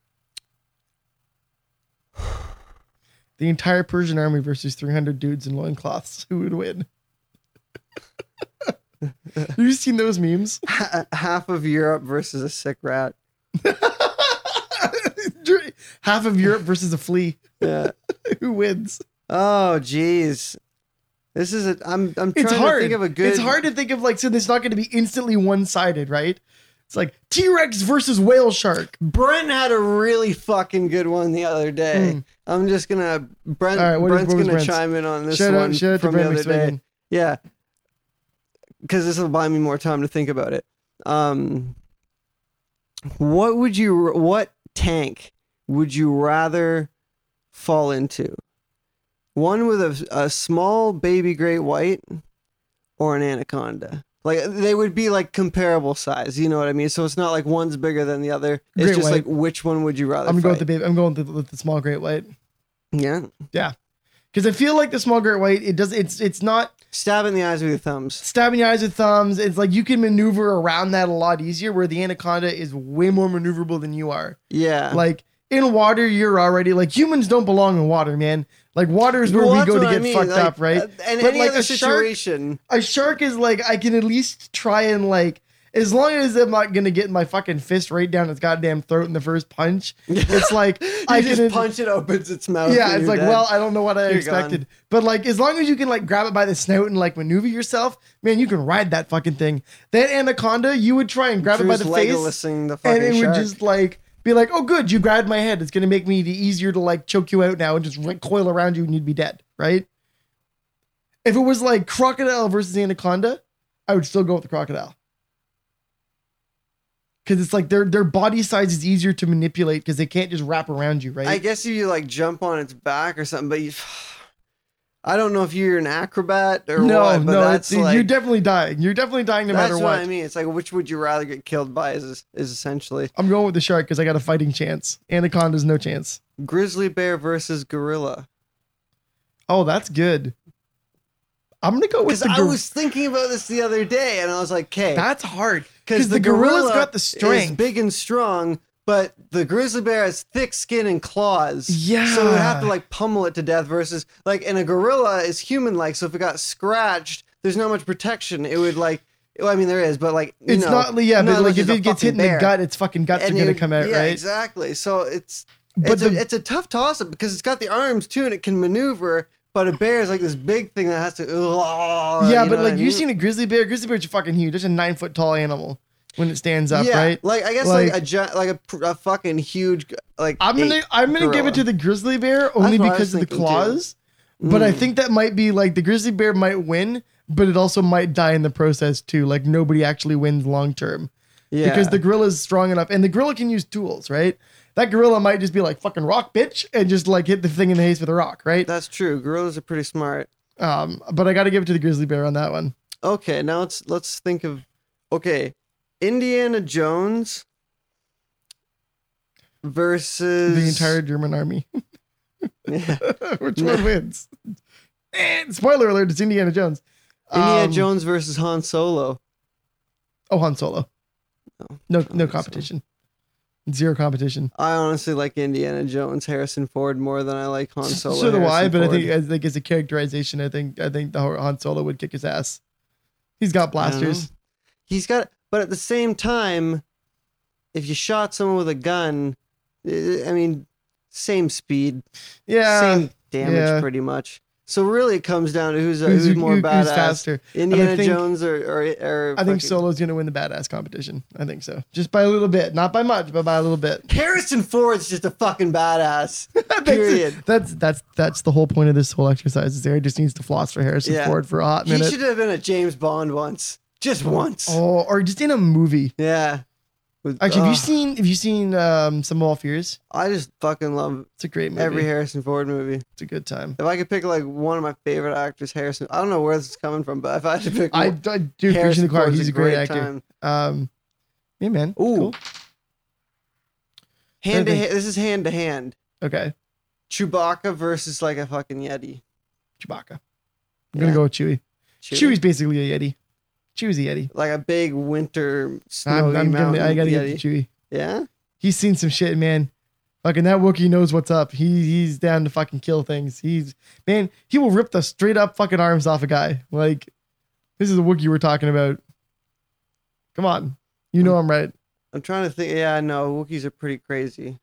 [SPEAKER 1] (sighs) the entire Persian army versus 300 dudes in loincloths. (laughs) Who would win? Have you seen those memes? (laughs)
[SPEAKER 2] Ha- Half of Europe versus a sick rat.
[SPEAKER 1] Half of Europe versus a flea.
[SPEAKER 2] Yeah.
[SPEAKER 1] (laughs) Who wins?
[SPEAKER 2] Oh, jeez. This is a. I'm. I'm trying
[SPEAKER 1] It's
[SPEAKER 2] to
[SPEAKER 1] hard.
[SPEAKER 2] think of a good.
[SPEAKER 1] It's hard to think of like so. It's not going to be instantly one sided, right? It's like T Rex versus whale shark.
[SPEAKER 2] Brent had a really fucking good one the other day.
[SPEAKER 1] Mm.
[SPEAKER 2] I'm just gonna Brent.
[SPEAKER 1] All right, what is-
[SPEAKER 2] Brent's
[SPEAKER 1] what was
[SPEAKER 2] gonna
[SPEAKER 1] Brent's?
[SPEAKER 2] chime in on this
[SPEAKER 1] Shout
[SPEAKER 2] one
[SPEAKER 1] out, shout out to
[SPEAKER 2] from the
[SPEAKER 1] Brent
[SPEAKER 2] other day.
[SPEAKER 1] McSwagan.
[SPEAKER 2] Yeah. Because this will buy me more time to think about it. Um, what would you, what tank would you rather fall into? One with a, a small baby great white or an anaconda? Like they would be like comparable size, you know what I mean? So it's not like one's bigger than the other. It's
[SPEAKER 1] Great
[SPEAKER 2] just
[SPEAKER 1] white.
[SPEAKER 2] like which one would you rather?
[SPEAKER 1] I'm going with the
[SPEAKER 2] fight?
[SPEAKER 1] baby. I'm going with the, with the small great white
[SPEAKER 2] yeah.
[SPEAKER 1] because I feel like the small great white. It does. It's it's not
[SPEAKER 2] Stab in the eyes with your thumbs.
[SPEAKER 1] stabbing your eyes with thumbs. It's like you can maneuver around that a lot easier. Where the anaconda is way more maneuverable than you are.
[SPEAKER 2] Yeah.
[SPEAKER 1] Like in water, you're already like humans don't belong in water, man. Like water is where
[SPEAKER 2] Well,
[SPEAKER 1] we
[SPEAKER 2] that's
[SPEAKER 1] go to
[SPEAKER 2] what I
[SPEAKER 1] get
[SPEAKER 2] mean,
[SPEAKER 1] fucked
[SPEAKER 2] like,
[SPEAKER 1] up, right?
[SPEAKER 2] uh, And
[SPEAKER 1] But
[SPEAKER 2] any
[SPEAKER 1] like
[SPEAKER 2] other
[SPEAKER 1] a shark-
[SPEAKER 2] situation.
[SPEAKER 1] a shark is like I can at least try and like as long as I'm not gonna get my fucking fist right down its goddamn throat in the first punch.
[SPEAKER 2] (laughs)
[SPEAKER 1] It's like I
[SPEAKER 2] I
[SPEAKER 1] can
[SPEAKER 2] just punch it opens its mouth.
[SPEAKER 1] Yeah, it's
[SPEAKER 2] and you're
[SPEAKER 1] like
[SPEAKER 2] dead.
[SPEAKER 1] well I don't know what I
[SPEAKER 2] You're
[SPEAKER 1] expected, but like as long as you can like grab it by the snout and like maneuver yourself, man, you can ride that fucking thing. That anaconda, you would try and grab it by
[SPEAKER 2] Drew's
[SPEAKER 1] the face,
[SPEAKER 2] Legolasing the fucking
[SPEAKER 1] and it would
[SPEAKER 2] shark.
[SPEAKER 1] just like. Be like, oh, good, you grabbed my head. It's gonna make me easier to like choke you out now and just like coil around you and you'd be dead, right? If it was like crocodile versus anaconda, I would still go with the crocodile. Cause it's like their their body size is easier to manipulate because they can't just wrap around you, right?
[SPEAKER 2] I guess if you like jump on its back or something, but you, (sighs) I don't know if you're an acrobat or
[SPEAKER 1] no,
[SPEAKER 2] what. But
[SPEAKER 1] no,
[SPEAKER 2] that's
[SPEAKER 1] it's-
[SPEAKER 2] like
[SPEAKER 1] you're definitely dying. You're definitely dying no
[SPEAKER 2] that's
[SPEAKER 1] matter
[SPEAKER 2] what,
[SPEAKER 1] what.
[SPEAKER 2] I mean. It's like which would you rather get killed by is is essentially
[SPEAKER 1] I'm going with the shark because I got a fighting chance. Anaconda's no chance.
[SPEAKER 2] grizzly bear versus gorilla.
[SPEAKER 1] Oh, that's good. I'm gonna go with
[SPEAKER 2] Because
[SPEAKER 1] the
[SPEAKER 2] I
[SPEAKER 1] gor-
[SPEAKER 2] was thinking about this the other day, and I was like, okay,
[SPEAKER 1] That's hard.
[SPEAKER 2] because
[SPEAKER 1] the gorilla's got the strength.
[SPEAKER 2] big and strong, but the grizzly bear has thick skin and claws. So it would have to
[SPEAKER 1] Yeah.
[SPEAKER 2] like pummel it to death versus like, and a gorilla is human-like, so if it got scratched, there's not much protection. It would like, well, I mean, there is, but like, you
[SPEAKER 1] It's
[SPEAKER 2] know,
[SPEAKER 1] not yeah,
[SPEAKER 2] not
[SPEAKER 1] but
[SPEAKER 2] as
[SPEAKER 1] like
[SPEAKER 2] much
[SPEAKER 1] if
[SPEAKER 2] as a
[SPEAKER 1] it gets hit in
[SPEAKER 2] fucking
[SPEAKER 1] the
[SPEAKER 2] bear.
[SPEAKER 1] gut, its fucking guts
[SPEAKER 2] and
[SPEAKER 1] are
[SPEAKER 2] it
[SPEAKER 1] gonna
[SPEAKER 2] would-
[SPEAKER 1] come out,
[SPEAKER 2] yeah,
[SPEAKER 1] right?
[SPEAKER 2] Exactly. So it's
[SPEAKER 1] But
[SPEAKER 2] it's,
[SPEAKER 1] the-
[SPEAKER 2] a, it's a tough toss-up because it's got the arms too, and it can maneuver. But a bear is like this big thing that has to.
[SPEAKER 1] yeah,
[SPEAKER 2] you know
[SPEAKER 1] but
[SPEAKER 2] what
[SPEAKER 1] like
[SPEAKER 2] I
[SPEAKER 1] you've
[SPEAKER 2] mean?
[SPEAKER 1] seen a grizzly bear. Grizzly bears are fucking huge. It's a nine foot tall animal when it stands up, right?
[SPEAKER 2] Like I guess like,
[SPEAKER 1] Like-
[SPEAKER 2] a giant, like a, pr- a fucking huge like.
[SPEAKER 1] I'm gonna
[SPEAKER 2] ape.
[SPEAKER 1] I'm gonna give
[SPEAKER 2] gorilla.
[SPEAKER 1] it to the grizzly bear only
[SPEAKER 2] what I was
[SPEAKER 1] because of the
[SPEAKER 2] thinking, too.
[SPEAKER 1] claws. But I
[SPEAKER 2] Mm.
[SPEAKER 1] think that might be like the grizzly bear might win, but it also might die in the process too. Like nobody actually wins long term
[SPEAKER 2] yeah.
[SPEAKER 1] because the gorilla is strong enough, and the gorilla can use tools, right? That gorilla might just be like fucking rock, bitch, and just like hit the thing in the face with a rock, right?
[SPEAKER 2] that's true. Gorillas are pretty smart.
[SPEAKER 1] Um, but I got to give it to the grizzly bear on that one.
[SPEAKER 2] Okay, now let's let's think of okay, Indiana Jones versus
[SPEAKER 1] The entire German army.
[SPEAKER 2] (laughs)
[SPEAKER 1] (laughs)
[SPEAKER 2] Yeah.
[SPEAKER 1] Which one wins? And spoiler alert, it's Indiana Jones.
[SPEAKER 2] Indiana
[SPEAKER 1] Um,
[SPEAKER 2] Jones versus Han Solo.
[SPEAKER 1] Oh, Han Solo.
[SPEAKER 2] No,
[SPEAKER 1] No,
[SPEAKER 2] don't
[SPEAKER 1] no
[SPEAKER 2] think so.
[SPEAKER 1] competition. Zero competition.
[SPEAKER 2] I honestly like Indiana Jones, Harrison Ford more than I like Han Solo.
[SPEAKER 1] so do I,
[SPEAKER 2] Harrison
[SPEAKER 1] but I think
[SPEAKER 2] Ford.
[SPEAKER 1] I think as a characterization, I think I think the whole- Han Solo would kick his ass. He's got
[SPEAKER 2] I don't
[SPEAKER 1] blasters.
[SPEAKER 2] know. He's got, but at the same time, if you shot someone with a gun, eh, I mean, same speed,
[SPEAKER 1] Yeah.
[SPEAKER 2] same damage,
[SPEAKER 1] yeah.
[SPEAKER 2] pretty much. So really, it comes down to who's who's, more
[SPEAKER 1] who-
[SPEAKER 2] badass.
[SPEAKER 1] faster?
[SPEAKER 2] Indiana
[SPEAKER 1] think-
[SPEAKER 2] Jones or or, or
[SPEAKER 1] I think
[SPEAKER 2] fucking-
[SPEAKER 1] Solo's gonna win the badass competition. I think so. Just by a little bit, not by much, but by a little bit.
[SPEAKER 2] Harrison Ford's just a
[SPEAKER 1] (laughs)
[SPEAKER 2] fucking badass. Period.
[SPEAKER 1] That's that's that's the whole point of this whole exercise. Is there just needs to floss for Harrison
[SPEAKER 2] Yeah.
[SPEAKER 1] Ford for a hot
[SPEAKER 2] he
[SPEAKER 1] minute,
[SPEAKER 2] should have been a James Bond once, just once.
[SPEAKER 1] oh, or just in a movie.
[SPEAKER 2] Yeah. With-
[SPEAKER 1] Actually, have you
[SPEAKER 2] ugh,
[SPEAKER 1] seen have you seen um, Some All Fears?
[SPEAKER 2] I just fucking love
[SPEAKER 1] It's a great movie.
[SPEAKER 2] every Harrison Ford movie.
[SPEAKER 1] it's a good time.
[SPEAKER 2] If I could pick like one of my favorite actors, Harrison. I don't know where this is coming from, but if I had to pick,
[SPEAKER 1] I, I
[SPEAKER 2] one,
[SPEAKER 1] do preaching the choir.
[SPEAKER 2] Ford's
[SPEAKER 1] He's a great, actor.
[SPEAKER 2] time.
[SPEAKER 1] Um, yeah, man.
[SPEAKER 2] Ooh.
[SPEAKER 1] Cool.
[SPEAKER 2] Hand to
[SPEAKER 1] Perfect.
[SPEAKER 2] hand. This is hand to hand.
[SPEAKER 1] Okay,
[SPEAKER 2] Chewbacca versus like a fucking yeti.
[SPEAKER 1] Chewbacca. I'm gonna
[SPEAKER 2] Yeah.
[SPEAKER 1] go with Chewie.
[SPEAKER 2] Chewie.
[SPEAKER 1] Chewie's basically a yeti. Chewie's a yeti.
[SPEAKER 2] like a big winter snowy
[SPEAKER 1] I'm, I'm gonna,
[SPEAKER 2] mountain
[SPEAKER 1] I gotta
[SPEAKER 2] yeti.
[SPEAKER 1] get to Chewie.
[SPEAKER 2] yeah.
[SPEAKER 1] He's seen some shit, man. Fucking that Wookiee knows what's up. He he's down to fucking kill things. He's man, he will rip the straight up fucking arms off a guy. Like this is the Wookiee we're talking about. Come on. You know I'm right.
[SPEAKER 2] I'm trying to think. Yeah, no, Wookiees are pretty crazy.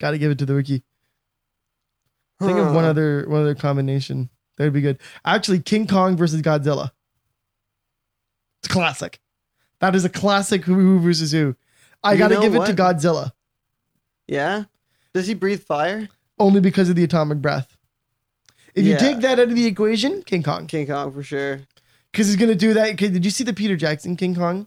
[SPEAKER 1] Gotta give it to the Wookiee. Think of one
[SPEAKER 2] Huh.
[SPEAKER 1] other one other combination. That would be good. Actually, King Kong versus Godzilla. It's classic. That is a classic who- who versus who. I
[SPEAKER 2] You
[SPEAKER 1] gotta
[SPEAKER 2] know
[SPEAKER 1] give it to
[SPEAKER 2] what?
[SPEAKER 1] Godzilla
[SPEAKER 2] Yeah. Does he breathe fire?
[SPEAKER 1] only because of the atomic breath. If you
[SPEAKER 2] Yeah.
[SPEAKER 1] take that out of the equation, King Kong,
[SPEAKER 2] King Kong for sure.
[SPEAKER 1] because he's gonna do that. 'Kay, Did you see the Peter Jackson King Kong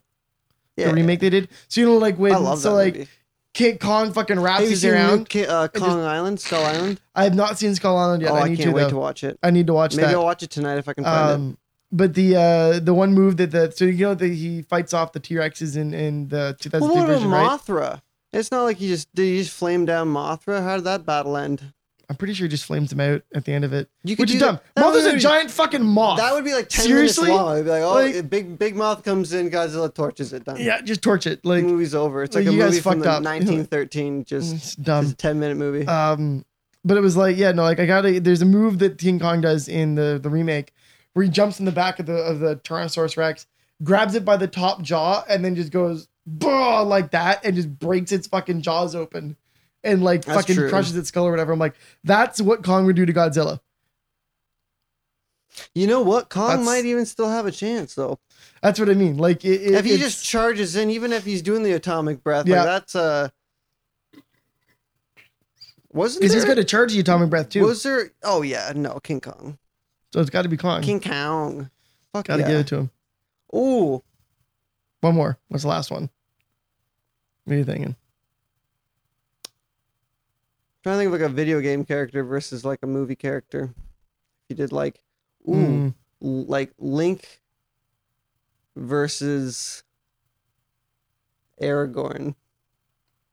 [SPEAKER 2] Yeah.
[SPEAKER 1] the remake they did? So you know, like when
[SPEAKER 2] I love
[SPEAKER 1] so
[SPEAKER 2] that
[SPEAKER 1] like
[SPEAKER 2] movie.
[SPEAKER 1] King Kong fucking wraps
[SPEAKER 2] Have you
[SPEAKER 1] his
[SPEAKER 2] seen new
[SPEAKER 1] around.
[SPEAKER 2] Ki- uh,
[SPEAKER 1] just-
[SPEAKER 2] Kong Island, Skull Island?
[SPEAKER 1] I have not seen Skull Island yet.
[SPEAKER 2] oh,
[SPEAKER 1] I
[SPEAKER 2] I,
[SPEAKER 1] need
[SPEAKER 2] can't
[SPEAKER 1] to
[SPEAKER 2] wait
[SPEAKER 1] though.
[SPEAKER 2] to watch it.
[SPEAKER 1] I need to watch
[SPEAKER 2] Maybe
[SPEAKER 1] that.
[SPEAKER 2] I'll watch it tonight if I can find it.
[SPEAKER 1] Um, but the uh, the one move that the so you know that he fights off the T Rexes in in the 2003
[SPEAKER 2] Well, what about
[SPEAKER 1] version, right?
[SPEAKER 2] Mothra? It's not like he just did. He just flame down Mothra. How did that battle end?
[SPEAKER 1] I'm pretty sure he just flames him out at the end of it,
[SPEAKER 2] You
[SPEAKER 1] which
[SPEAKER 2] do
[SPEAKER 1] is dumb.
[SPEAKER 2] that
[SPEAKER 1] Mothra's
[SPEAKER 2] would
[SPEAKER 1] a
[SPEAKER 2] be-
[SPEAKER 1] giant fucking moth.
[SPEAKER 2] That would be like ten
[SPEAKER 1] Seriously?
[SPEAKER 2] minutes long. It'd be like, oh,
[SPEAKER 1] Like-
[SPEAKER 2] big big mouth comes in, Godzilla torches it. Done.
[SPEAKER 1] yeah, just torch it.
[SPEAKER 2] the
[SPEAKER 1] Like
[SPEAKER 2] movie's over. It's like
[SPEAKER 1] you
[SPEAKER 2] a
[SPEAKER 1] guys
[SPEAKER 2] movie from
[SPEAKER 1] fucked
[SPEAKER 2] the
[SPEAKER 1] up. (laughs)
[SPEAKER 2] 1913. Just
[SPEAKER 1] it's dumb.
[SPEAKER 2] it's a ten minute movie.
[SPEAKER 1] Um, but it was like, yeah, no, like I gotta. There's a move that King Kong does in the the remake where he jumps in the back of the of the Tyrannosaurus Rex, grabs it by the top jaw, and then just goes bah, like that, and just breaks its fucking jaws open, and like
[SPEAKER 2] That's
[SPEAKER 1] fucking
[SPEAKER 2] true.
[SPEAKER 1] crushes its skull or whatever. I'm like, that's what Kong would do to Godzilla.
[SPEAKER 2] you know what? Kong
[SPEAKER 1] that's-
[SPEAKER 2] might even still have a chance though.
[SPEAKER 1] That's what I mean. Like, it, it-
[SPEAKER 2] if he
[SPEAKER 1] it's-
[SPEAKER 2] just charges in, even if he's doing the atomic breath,
[SPEAKER 1] Yeah.
[SPEAKER 2] like that's uh wasn't
[SPEAKER 1] because
[SPEAKER 2] there,
[SPEAKER 1] he's gonna charge the atomic breath too,
[SPEAKER 2] was there oh yeah, no, King Kong.
[SPEAKER 1] so it's got to be Kong.
[SPEAKER 2] King Kong. Fuck
[SPEAKER 1] Gotta
[SPEAKER 2] yeah.
[SPEAKER 1] give it to him.
[SPEAKER 2] Ooh.
[SPEAKER 1] One more. What's the last one? What are you thinking?
[SPEAKER 2] trying to think of like a video game character versus like a movie character. If you did like ooh,
[SPEAKER 1] Mm.
[SPEAKER 2] l- like Link versus Aragorn.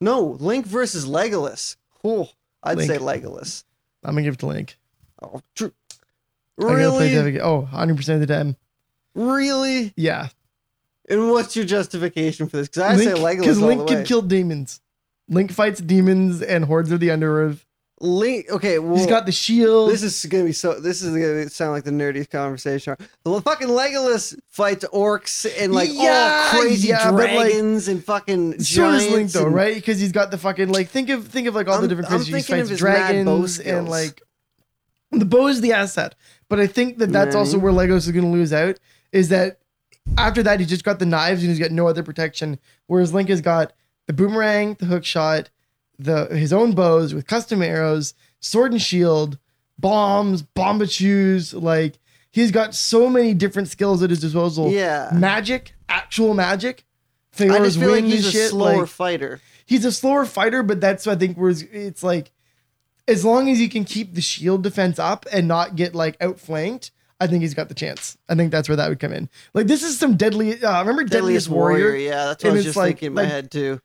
[SPEAKER 2] No, Link versus Legolas. Oh, I'd
[SPEAKER 1] Link.
[SPEAKER 2] say Legolas.
[SPEAKER 1] I'm gonna give it to Link.
[SPEAKER 2] Oh, true.
[SPEAKER 1] I gotta play the other
[SPEAKER 2] Really?
[SPEAKER 1] game. Oh, 100 percent of the time.
[SPEAKER 2] Really?
[SPEAKER 1] Yeah,
[SPEAKER 2] And what's your justification for this? Because I say Legolas
[SPEAKER 1] Because
[SPEAKER 2] all
[SPEAKER 1] Link
[SPEAKER 2] the
[SPEAKER 1] can
[SPEAKER 2] way.
[SPEAKER 1] kill demons. Link fights demons and hordes of the underearth.
[SPEAKER 2] Link. Okay, well,
[SPEAKER 1] He's got the shield.
[SPEAKER 2] this is gonna be so. This is gonna sound like the nerdiest conversation. The fucking Legolas fights orcs and like
[SPEAKER 1] Yeah,
[SPEAKER 2] all crazy
[SPEAKER 1] yeah, but, like,
[SPEAKER 2] dragons and fucking
[SPEAKER 1] so
[SPEAKER 2] giants.
[SPEAKER 1] is Link though,
[SPEAKER 2] and-
[SPEAKER 1] right? Because he's got the fucking like think of think of like all the
[SPEAKER 2] I'm-
[SPEAKER 1] different
[SPEAKER 2] I'm
[SPEAKER 1] creatures he
[SPEAKER 2] thinking of
[SPEAKER 1] fights
[SPEAKER 2] his mad bow
[SPEAKER 1] dragons and
[SPEAKER 2] skills.
[SPEAKER 1] like the bow is the asset. But I think that that's
[SPEAKER 2] Mhm.
[SPEAKER 1] also where Legos is gonna lose out is that after that he's just got the knives and he's got no other protection. Whereas Link has got the boomerang, the hook shot, the his own bows with custom arrows, sword and shield, bombs, bombachoos. Like he's got so many different skills at his disposal.
[SPEAKER 2] Yeah.
[SPEAKER 1] Magic, actual magic.
[SPEAKER 2] I
[SPEAKER 1] Theo's
[SPEAKER 2] just feel like
[SPEAKER 1] wing and
[SPEAKER 2] he's a
[SPEAKER 1] shit.
[SPEAKER 2] slower
[SPEAKER 1] like,
[SPEAKER 2] fighter.
[SPEAKER 1] he's a slower fighter, but that's what I think where it's- it's like as long as he can keep the shield defense up and not get like outflanked, I think he's got the chance. I think that's where that would come in. Like this is some deadly. Uh, remember Deadliest, Warrior?
[SPEAKER 2] Yeah, that's what
[SPEAKER 1] And it's
[SPEAKER 2] I was just
[SPEAKER 1] like-
[SPEAKER 2] thinking in my
[SPEAKER 1] like-
[SPEAKER 2] head too.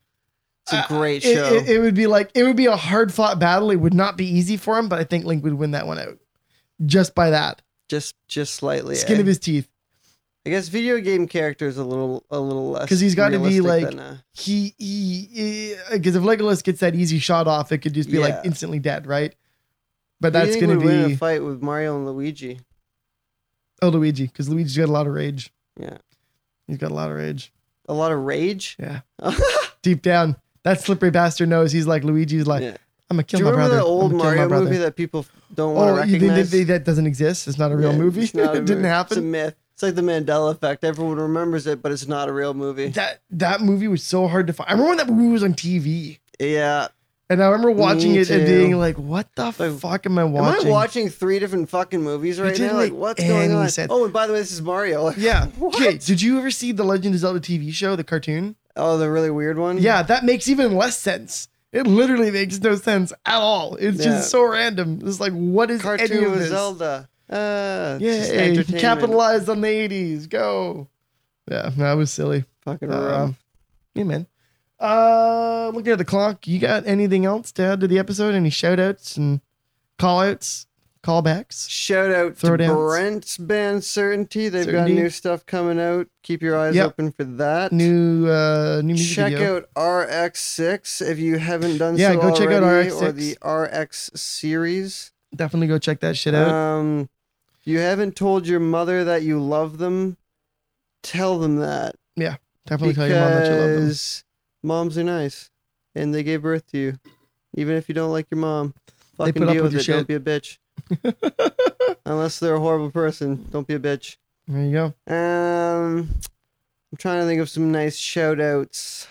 [SPEAKER 2] It's a
[SPEAKER 1] Uh,
[SPEAKER 2] great
[SPEAKER 1] It,
[SPEAKER 2] show.
[SPEAKER 1] it- it would be like it would be a hard fought battle. It would not be easy for him, but I think Link would win that one out just by that
[SPEAKER 2] just just slightly.
[SPEAKER 1] skin
[SPEAKER 2] eh?
[SPEAKER 1] of his teeth.
[SPEAKER 2] I guess video game character is a little a little less
[SPEAKER 1] 'Cause he's gotta be,
[SPEAKER 2] realistic
[SPEAKER 1] like,
[SPEAKER 2] than, uh,
[SPEAKER 1] He he eh, because if Legolas gets that easy shot off, it could just be like
[SPEAKER 2] Yeah.
[SPEAKER 1] instantly dead, right? But
[SPEAKER 2] who do you
[SPEAKER 1] that's
[SPEAKER 2] think
[SPEAKER 1] gonna
[SPEAKER 2] would win in
[SPEAKER 1] be
[SPEAKER 2] a fight with Mario and Luigi.
[SPEAKER 1] oh Luigi because Luigi's got a lot of rage.
[SPEAKER 2] Yeah,
[SPEAKER 1] He's got a lot of rage.
[SPEAKER 2] a lot of rage.
[SPEAKER 1] Yeah. deep down, that slippery bastard knows he's like Luigi's like,
[SPEAKER 2] Yeah.
[SPEAKER 1] I'm gonna
[SPEAKER 2] Do
[SPEAKER 1] kill
[SPEAKER 2] you
[SPEAKER 1] my
[SPEAKER 2] remember
[SPEAKER 1] brother.
[SPEAKER 2] the old
[SPEAKER 1] I'm gonna kill my
[SPEAKER 2] Mario
[SPEAKER 1] brother."
[SPEAKER 2] movie that people don't want to
[SPEAKER 1] Oh, you think that,
[SPEAKER 2] recognize?
[SPEAKER 1] that, that doesn't exist? It's not a real
[SPEAKER 2] Yeah,
[SPEAKER 1] movie. (laughs)
[SPEAKER 2] it's not a
[SPEAKER 1] it didn't
[SPEAKER 2] movie. It's a
[SPEAKER 1] happen.
[SPEAKER 2] myth. It's like the Mandela effect. Everyone remembers it, but it's not a real movie.
[SPEAKER 1] That that movie was so hard to find. I remember when that movie was on TV,
[SPEAKER 2] yeah.
[SPEAKER 1] and I remember watching
[SPEAKER 2] Me
[SPEAKER 1] it and
[SPEAKER 2] too.
[SPEAKER 1] being like, "What the
[SPEAKER 2] Like,
[SPEAKER 1] fuck am I watching?"
[SPEAKER 2] Am I watching three different fucking movies right
[SPEAKER 1] didn't
[SPEAKER 2] now? Like,
[SPEAKER 1] make
[SPEAKER 2] what's going
[SPEAKER 1] any
[SPEAKER 2] on?
[SPEAKER 1] sense.
[SPEAKER 2] Oh, and by the way, this is Mario. (laughs)
[SPEAKER 1] yeah.
[SPEAKER 2] What?
[SPEAKER 1] Okay. Did you ever see the Legend of Zelda TV show, the cartoon?
[SPEAKER 2] Oh, the really weird one.
[SPEAKER 1] Yeah, that makes even less sense. It literally makes no sense at all. It's
[SPEAKER 2] Yeah.
[SPEAKER 1] just so random. It's like, what is any
[SPEAKER 2] Cartoon
[SPEAKER 1] of
[SPEAKER 2] with
[SPEAKER 1] this?
[SPEAKER 2] Zelda. Uh, just
[SPEAKER 1] Yeah,
[SPEAKER 2] entertainment.
[SPEAKER 1] capitalized on the 80s. Go. Yeah, that was silly.
[SPEAKER 2] Fucking rough.
[SPEAKER 1] Um, yeah, man. Uh, looking at the clock, you got anything else to add to the episode? Any shout outs and call outs? callbacks.
[SPEAKER 2] Shout out to
[SPEAKER 1] Throwdowns.
[SPEAKER 2] Brent's band Certainty. They've
[SPEAKER 1] Certainty.
[SPEAKER 2] got new stuff coming out. Keep your eyes
[SPEAKER 1] Yep.
[SPEAKER 2] open for that.
[SPEAKER 1] New uh new music
[SPEAKER 2] check
[SPEAKER 1] video.
[SPEAKER 2] out RX6 if you haven't done
[SPEAKER 1] Yeah,
[SPEAKER 2] so
[SPEAKER 1] go check out
[SPEAKER 2] already, or
[SPEAKER 1] RX6.
[SPEAKER 2] the RX series.
[SPEAKER 1] Definitely go check that shit out.
[SPEAKER 2] Um, if you haven't told your mother that you love them. Tell them that
[SPEAKER 1] Definitely tell your mom that you love them.
[SPEAKER 2] because moms are nice and they gave birth to you, even if you don't like your mom.
[SPEAKER 1] They
[SPEAKER 2] Fucking
[SPEAKER 1] put up
[SPEAKER 2] deal
[SPEAKER 1] with
[SPEAKER 2] with,
[SPEAKER 1] your
[SPEAKER 2] it. Don't be a bitch.
[SPEAKER 1] (laughs)
[SPEAKER 2] Unless they're a horrible person, don't be a bitch.
[SPEAKER 1] There you go.
[SPEAKER 2] Um, I'm trying to think of some nice shout outs.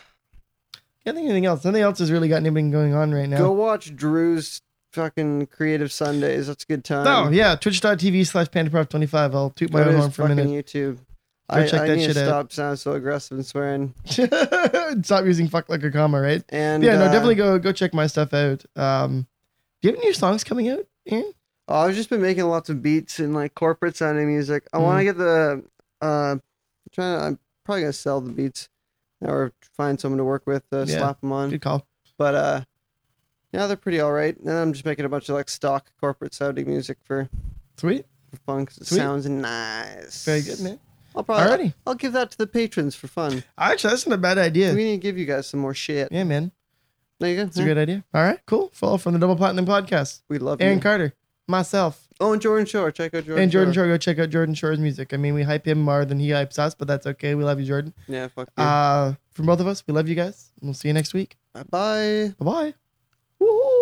[SPEAKER 1] Can't think of anything else. Nothing else has really got anything going on right now.
[SPEAKER 2] Go watch Drew's fucking Creative Sundays. That's a good time.
[SPEAKER 1] oh yeah, twitch.tv slash pandaprof25. I'll toot my
[SPEAKER 2] Go to
[SPEAKER 1] own
[SPEAKER 2] his
[SPEAKER 1] horn for a minute.
[SPEAKER 2] fucking YouTube. I,
[SPEAKER 1] check
[SPEAKER 2] I
[SPEAKER 1] that
[SPEAKER 2] need
[SPEAKER 1] shit
[SPEAKER 2] to
[SPEAKER 1] out.
[SPEAKER 2] stop sounding so aggressive and swearing.
[SPEAKER 1] (laughs) Stop using fuck like a comma, right?
[SPEAKER 2] And
[SPEAKER 1] yeah, no,
[SPEAKER 2] uh,
[SPEAKER 1] definitely go go check my stuff out. Um, do you have any new songs coming out, Aaron?
[SPEAKER 2] Oh, I've just been making lots of beats and like corporate sounding music. I
[SPEAKER 1] Mm.
[SPEAKER 2] want to get the uh, I'm trying. To, I'm probably gonna sell the beats or find someone to work with, uh,
[SPEAKER 1] Yeah.
[SPEAKER 2] slap them on.
[SPEAKER 1] Good call.
[SPEAKER 2] But uh, yeah, they're pretty all right. And I'm just making a bunch of like stock corporate sounding music for,
[SPEAKER 1] Sweet,
[SPEAKER 2] for fun 'cause it
[SPEAKER 1] Sweet.
[SPEAKER 2] sounds nice.
[SPEAKER 1] very good, man.
[SPEAKER 2] I'll probably
[SPEAKER 1] Alrighty,
[SPEAKER 2] I'll give that to the patrons for fun.
[SPEAKER 1] actually, that's not a bad idea.
[SPEAKER 2] We need to give you guys some more shit.
[SPEAKER 1] Yeah, man,
[SPEAKER 2] There you go.
[SPEAKER 1] it's a good idea. All right, cool. Follow from the Double Platinum Podcast.
[SPEAKER 2] We love
[SPEAKER 1] Aaron
[SPEAKER 2] you.
[SPEAKER 1] Carter, myself,
[SPEAKER 2] oh, and Jordan Shore. Check out Jordan.
[SPEAKER 1] and Jordan
[SPEAKER 2] Shore.
[SPEAKER 1] Shore. Go check out Jordan Shore's music. I mean, we hype him more than he hypes us, but that's okay. We love you, Jordan.
[SPEAKER 2] Yeah. Fuck you.
[SPEAKER 1] Uh, from both of us, we love you guys. and We'll see you next week.
[SPEAKER 2] bye bye.
[SPEAKER 1] Bye bye.
[SPEAKER 2] Woohoo.